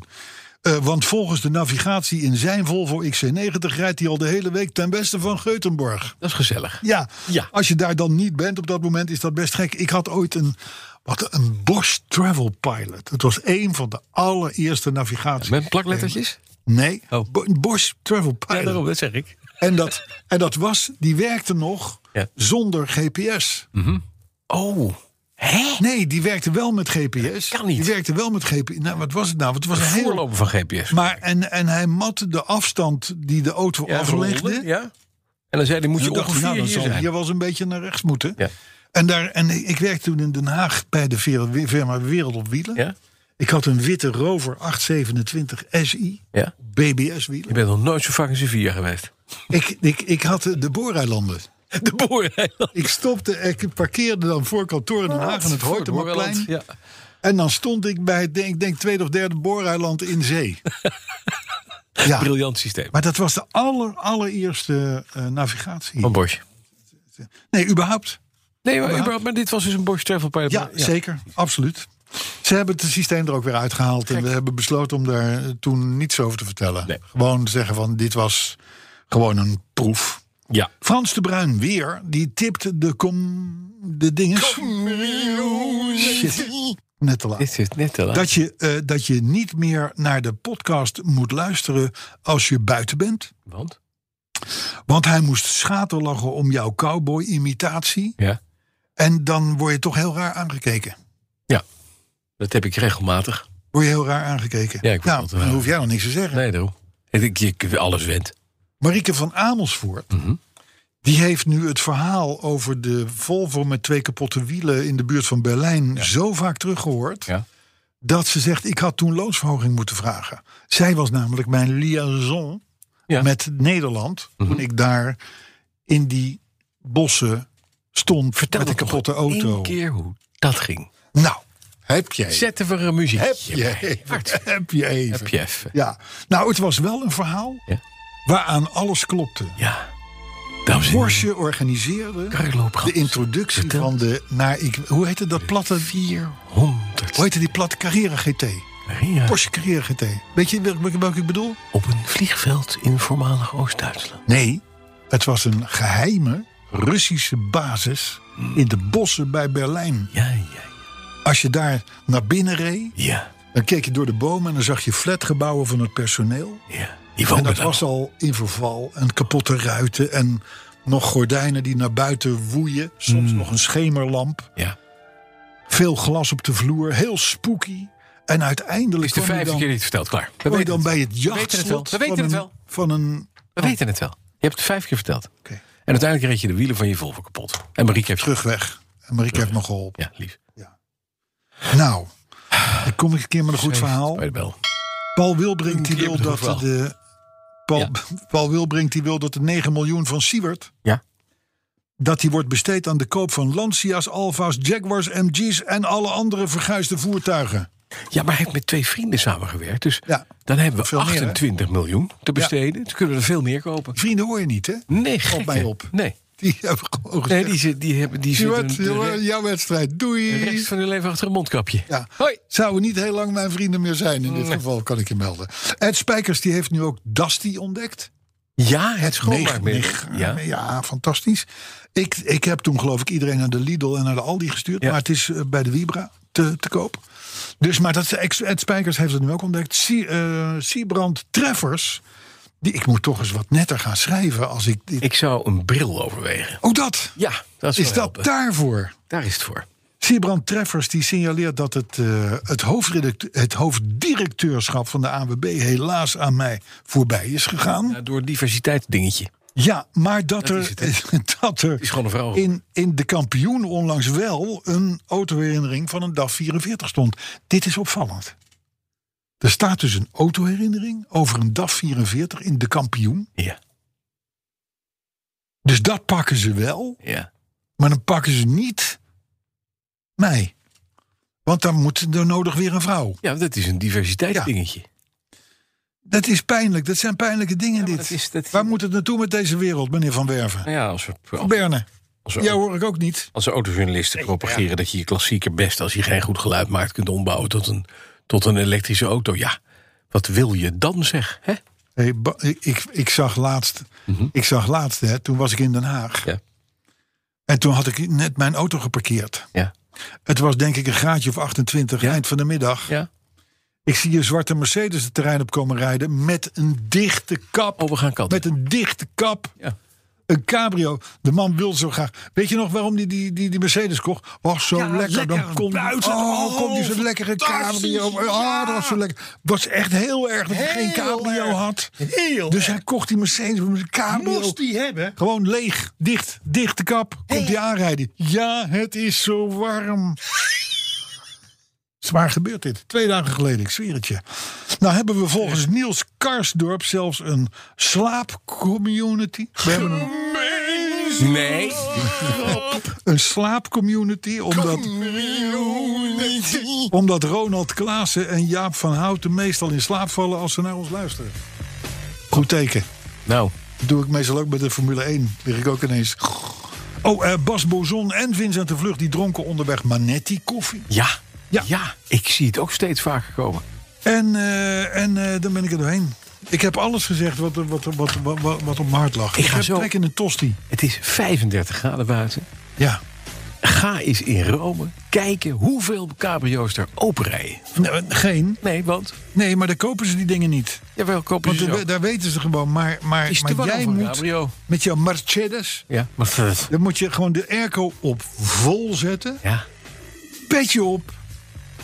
Eh, want volgens de navigatie in zijn Volvo XC90 rijdt hij al de hele week ten westen van Geutenborg.
Dat is gezellig.
Ja,
Ja.
als je daar dan niet bent op dat moment is dat best gek. Ik had ooit een, wat, een Bosch Travel Pilot. Het was een van de allereerste navigaties.
Met plaklettertjes?
Nee,
Oh.
Bo- Bosch Travel Pilot.
Ja, daarom, dat zeg ik.
en, dat, en dat was, die werkte nog
Ja.
zonder GPS.
Oh, hè?
Nee, die werkte wel met GPS.
kan niet.
Die werkte wel met GPS. Nou, wat was het nou? Het was een heel
Voorlopen van GPS.
Maar en, en hij matte de afstand die de auto
Ja,
aflegde.
rolde, Ja. En dan zei hij, moet je
Toen dacht ik,
ongeveer
nou, dan
hier
zal
zijn.
hier wel eens een beetje naar rechts moeten.
Ja.
En, daar, en ik werkte toen in Den Haag bij de Ver- firma Wereld op Wielen.
Ja?
Ik had een witte Rover 827 SI,
Ja?
BBS
Je
wielen.
bent nog nooit zo vaak in Sevilla geweest.
Ik, ik, ik had de de booreilanden.
De boereneiland.
Ik stopte, ik parkeerde dan voor kantoor in Den Haag aan het Hoytemaplein.
Ja.
En dan stond ik bij, het, denk, denk tweede of derde booreiland in zee. ja.
Briljant systeem.
Maar dat was de aller, allereerste eh, navigatie.
Van Bosch.
Nee, überhaupt.
Nee, maar, überhaupt, maar dit was dus een Bosch Travel Pilot.
Ja, zeker. Absoluut. Ze hebben het systeem er ook weer uitgehaald. En we hebben besloten om daar eh, toen niets over te vertellen.
Nee.
Gewoon zeggen van, dit was gewoon een proef.
Ja.
Frans de Bruin weer, die tipte de, com, de dinges... Shit, net te laat.
Dit is net te laat.
Dat je, eh, dat je niet meer naar de podcast moet luisteren als je buiten bent.
Want?
Want hij moest schaterlachen om jouw cowboy-imitatie.
Ja.
En dan word je toch heel raar aangekeken.
Ja. Dat heb ik regelmatig.
Word je heel raar aangekeken.
Ja, ik word
nou,
altijd
dan
raar.
hoef jij nog niks te zeggen.
Nee, doe. Ik, ik, ik- alles went.
Marieke van Amersfoort.
Mhm.
Die heeft nu het verhaal over de Volvo met twee kapotte wielen in de buurt van Berlijn zo vaak teruggehoord.
Ja.
Dat ze zegt: Ik had toen loonsverhoging moeten vragen. Zij was namelijk mijn liaison
Ja. Mhm.
met Nederland. Toen ik daar in die bossen stond met een
me toch
kapotte auto.
één keer hoe dat ging.
Nou, heb jij.
Zetten we een muziekje
heb je
bij.
even.
Hard.
Heb je even.
Heb je even.
Ja. Nou, het was wel een verhaal
Ja.
waaraan alles klopte.
Ja.
Dames en heren,
Porsche organiseerde
Carlo
de
Brands.
introductie
Vertel.
van de... Naar, ik, hoe heette dat platte...
400.
Hoe heette die platte Carrera GT?
Ja,
Porsche Carrera GT. Weet je welke, welke, welke ik bedoel?
op een vliegveld in voormalig Oost-Duitsland.
Nee, het was een geheime Russische basis in de bossen bij Berlijn.
Ja, ja,
Als je daar naar binnen reed,
ja.
dan keek je door de bomen en dan zag je flatgebouwen van het personeel.
ja. Die
En
wonen
dat
daar
was al in verval. En kapotte ruiten en nog gordijnen die naar buiten woeien. Soms
Hmm.
nog een schemerlamp.
nog. Ja.
Veel glas op de vloer. Heel spooky. En uiteindelijk
is de
kwam je
vijfde
dan,
keer dit verteld. Klaar. We
kwam je
weten
dan
het.
bij het
We weten het wel.
jachtslot
We weten
van
het
een-
wel.
van een...
We weten het wel. Je hebt het vijf keer verteld.
Oké.
En uiteindelijk reed je de wielen van je Volvo kapot. En Marieke heeft...
Terugweg. En Marieke heeft nog geholpen.
Ja, lief.
Nou, dan kom ik een keer met een goed verhaal.
Bij de bel.
Paul Wilbrink die
Een keer
wil
bedoel
dat
ik wel.
de. Paul,
Ja.
Paul Wilbrink die wil dat de 9 miljoen van Siewert.
Ja.
Dat die wordt besteed aan de koop van Lancia's, Alfa's, Jaguars, MG's en alle andere verguisde voertuigen.
Ja, maar hij heeft met twee vrienden samengewerkt. Dus
Ja.
dan hebben we
Veel meer, hè?
28 miljoen te besteden. Dus kunnen we er veel meer kopen.
Vrienden hoor je niet, hè?
Nee, gek.
mij
hè?
op.
Nee.
Die hebben gewoon
Nee,
gezegd,
die, zit- die, hebben, die zitten
Siewert,
de re-
jongen, jouw wedstrijd,
de
doei!
rest van hun leven achter een mondkapje.
Ja.
Hoi.
Zouden niet heel lang mijn vrienden meer zijn in dit geval, kan ik je melden. Ed Spijkers die heeft nu ook Dusty ontdekt.
Ja, het
Negen- ah,
schoonmaakmiddel.
Ja.
Ja.
fantastisch. Ik, ik heb toen geloof ik iedereen naar de Lidl en naar de Aldi gestuurd.
Ja.
Maar het is eh, bij de Vibra te, te koop. Dus, maar dat, is- ex- Ed Spijkers heeft het nu ook ontdekt. Sie- eh, Siebrand Treffers. Die, ik moet toch eens wat netter gaan schrijven als ik... Dit,
Ik zou een bril overwegen.
oh, dat!
Ja, dat
Is
zou
dat
helpen.
daarvoor?
Daar is het voor.
Siebrand Treffers die signaleert dat het, eh, het, hoofdredact- het hoofddirecteurschap van de AWB helaas aan mij voorbij is gegaan.
Ja, door diversiteitsdingetje.
Ja, maar dat,
is
er,
het, hè? Oh.
dat er
is gewoon een vrouw.
in, in de kampioen onlangs wel een autoherinnering van een DAF 44 stond. Dit is opvallend. Er staat dus een autoherinnering over een DAF 44 in de kampioen.
Ja,
Dus dat pakken ze wel,
ja.
maar dan pakken ze niet mij. Want dan moet er nodig weer een vrouw.
ja dat is een diversiteitsdingetje.
Dat is pijnlijk, dat zijn pijnlijke dingen
maar
dit.
dat is- dat is-
Waar moet het naartoe met deze wereld, meneer Van Werven?
Nou ja, als we,
Berne,
als we-
jou hoor ik ook niet.
als we autojournalisten propageren dat je je klassieker best, als je geen goed geluid maakt, kunt ombouwen tot een, tot een elektrische auto. Ja, wat wil je dan zeg? Hè?
Hey, Ba- ik, ik, ik zag laatst, ik zag laatst hè, toen was ik in Den Haag.
Mhm. Ja.
En toen had ik net mijn auto geparkeerd.
Ja.
Het was denk ik een graadje of 28
Ja.
eind van de middag.
ja.
Ik zie een zwarte Mercedes het terrein op komen rijden met een dichte kap.
Oh, we gaan kanten.
met een dichte kap.
Ja.
Een cabrio. De man wil zo graag. Weet je nog waarom die, die, die, die Mercedes kocht? Was zo lekker. Dan kon buiten. Oh, komt die zo'n lekkere cabrio. Oh, dat was zo lekker. Was echt heel erg dat hij geen cabrio had. dus hij kocht die Mercedes met een cabrio.
Moest die hebben?
Gewoon leeg, dicht, dichte kap. Komt die aanrijden. Ja, het is zo warm. Zwaar gebeurt dit. Twee dagen geleden, ik zweer het je. Nou hebben we volgens Niels Karsdorp zelfs een slaapcommunity. We hebben een,
Nee.
een slaapcommunity omdat, omdat Ronald Klaassen en Jaap van Houten meestal in slaap vallen als ze naar ons luisteren. Goed teken.
Nou,
Dat doe ik meestal ook bij de Formule 1. Lig ik ook ineens. Oh, eh, Bas Bozon en Vincent de Vlucht die dronken onderweg Manetti koffie.
ja.
Ja.
Ja. ik zie het ook steeds vaker komen.
En, eh, en eh, dan ben ik er doorheen. Ik heb alles gezegd wat, wat, wat, wat, wat, wat op mijn hart lag.
Ik ga
heb
zo-
trek in een tosti.
Het is 35 graden buiten.
Ja.
Ga eens in Rome kijken hoeveel cabrio's er openrijden.
Nee, geen.
Nee, want...
Nee, maar daar kopen ze die dingen niet.
Jawel, kopen
Want
ze
daar-
zo.
daar weten ze gewoon. Maar, maar,
Is
maar
te warm
jij
voor een
moet
cabrio.
met jouw Mercedes...
Ja, maar...
dan moet je gewoon de airco op vol zetten.
Ja.
Petje op.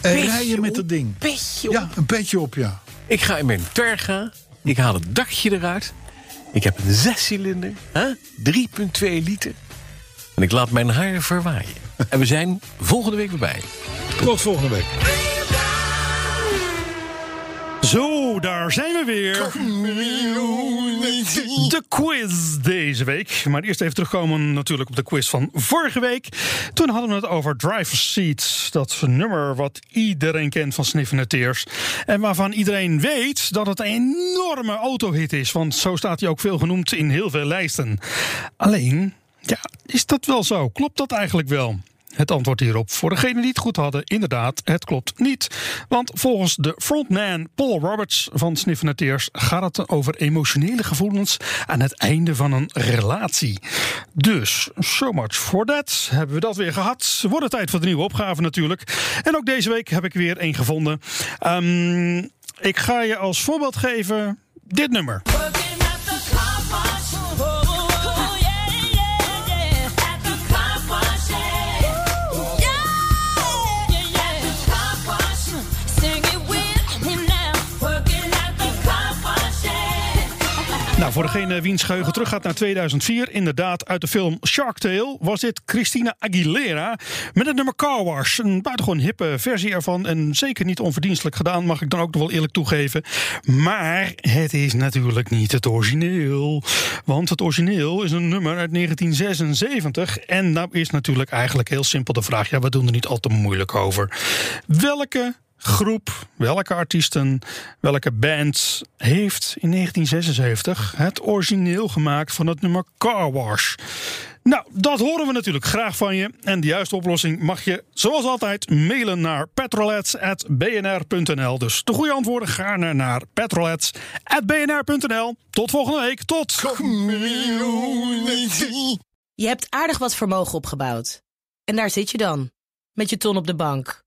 En
Petje
rijden met
op,
dat ding.
Petje
Ja, een petje op, ja.
Ik ga in mijn terga. Ik haal het dakje eruit. Ik heb een zescilinder. hè, 3,2 liter. En ik laat mijn haar verwaaien. En we zijn volgende week weer bij.
Tot volgende week.
Zo, daar zijn we weer. De quiz deze week. Maar eerst even terugkomen natuurlijk op de quiz van vorige week. Toen hadden we het over Driver's Seat. Dat nummer wat iedereen kent van Sniffende Tears. En waarvan iedereen weet dat het een enorme autohit is. Want zo staat hij ook veel genoemd in heel veel lijsten. Alleen, ja, is dat wel zo? Klopt dat eigenlijk wel? Het antwoord hierop voor degenen die het goed hadden, inderdaad, het klopt niet. Want volgens de frontman Paul Roberts van Sniffende Tears gaat het over emotionele gevoelens aan het einde van een relatie. Dus, so much for that. Hebben we dat weer gehad? Wordt het tijd voor de nieuwe opgave natuurlijk. En ook deze week heb ik weer een gevonden. Ehm, ik ga je als voorbeeld geven dit nummer. Nou, voor degene wiens geheugen teruggaat naar 2004, inderdaad uit de film Shark Tale, was dit Christina Aguilera met het nummer Car Wash. Een buitengewoon hippe versie ervan en zeker niet onverdienstelijk gedaan, mag ik dan ook nog wel eerlijk toegeven. Maar het is natuurlijk niet het origineel, want het origineel is een nummer uit 1976 en nou is natuurlijk eigenlijk heel simpel de vraag, ja, we doen er niet al te moeilijk over. Welke groep, welke artiesten, welke band heeft in 1976 het origineel gemaakt van het nummer Car Wash? Nou, dat horen we natuurlijk graag van je. En de juiste oplossing mag je, zoals altijd, mailen naar petrolets.bnr.nl. Dus de goede antwoorden gaan er naar petrolets.bnr.nl. Tot volgende week. Tot!
Je hebt aardig wat vermogen opgebouwd. En daar zit je dan, met je ton op de bank.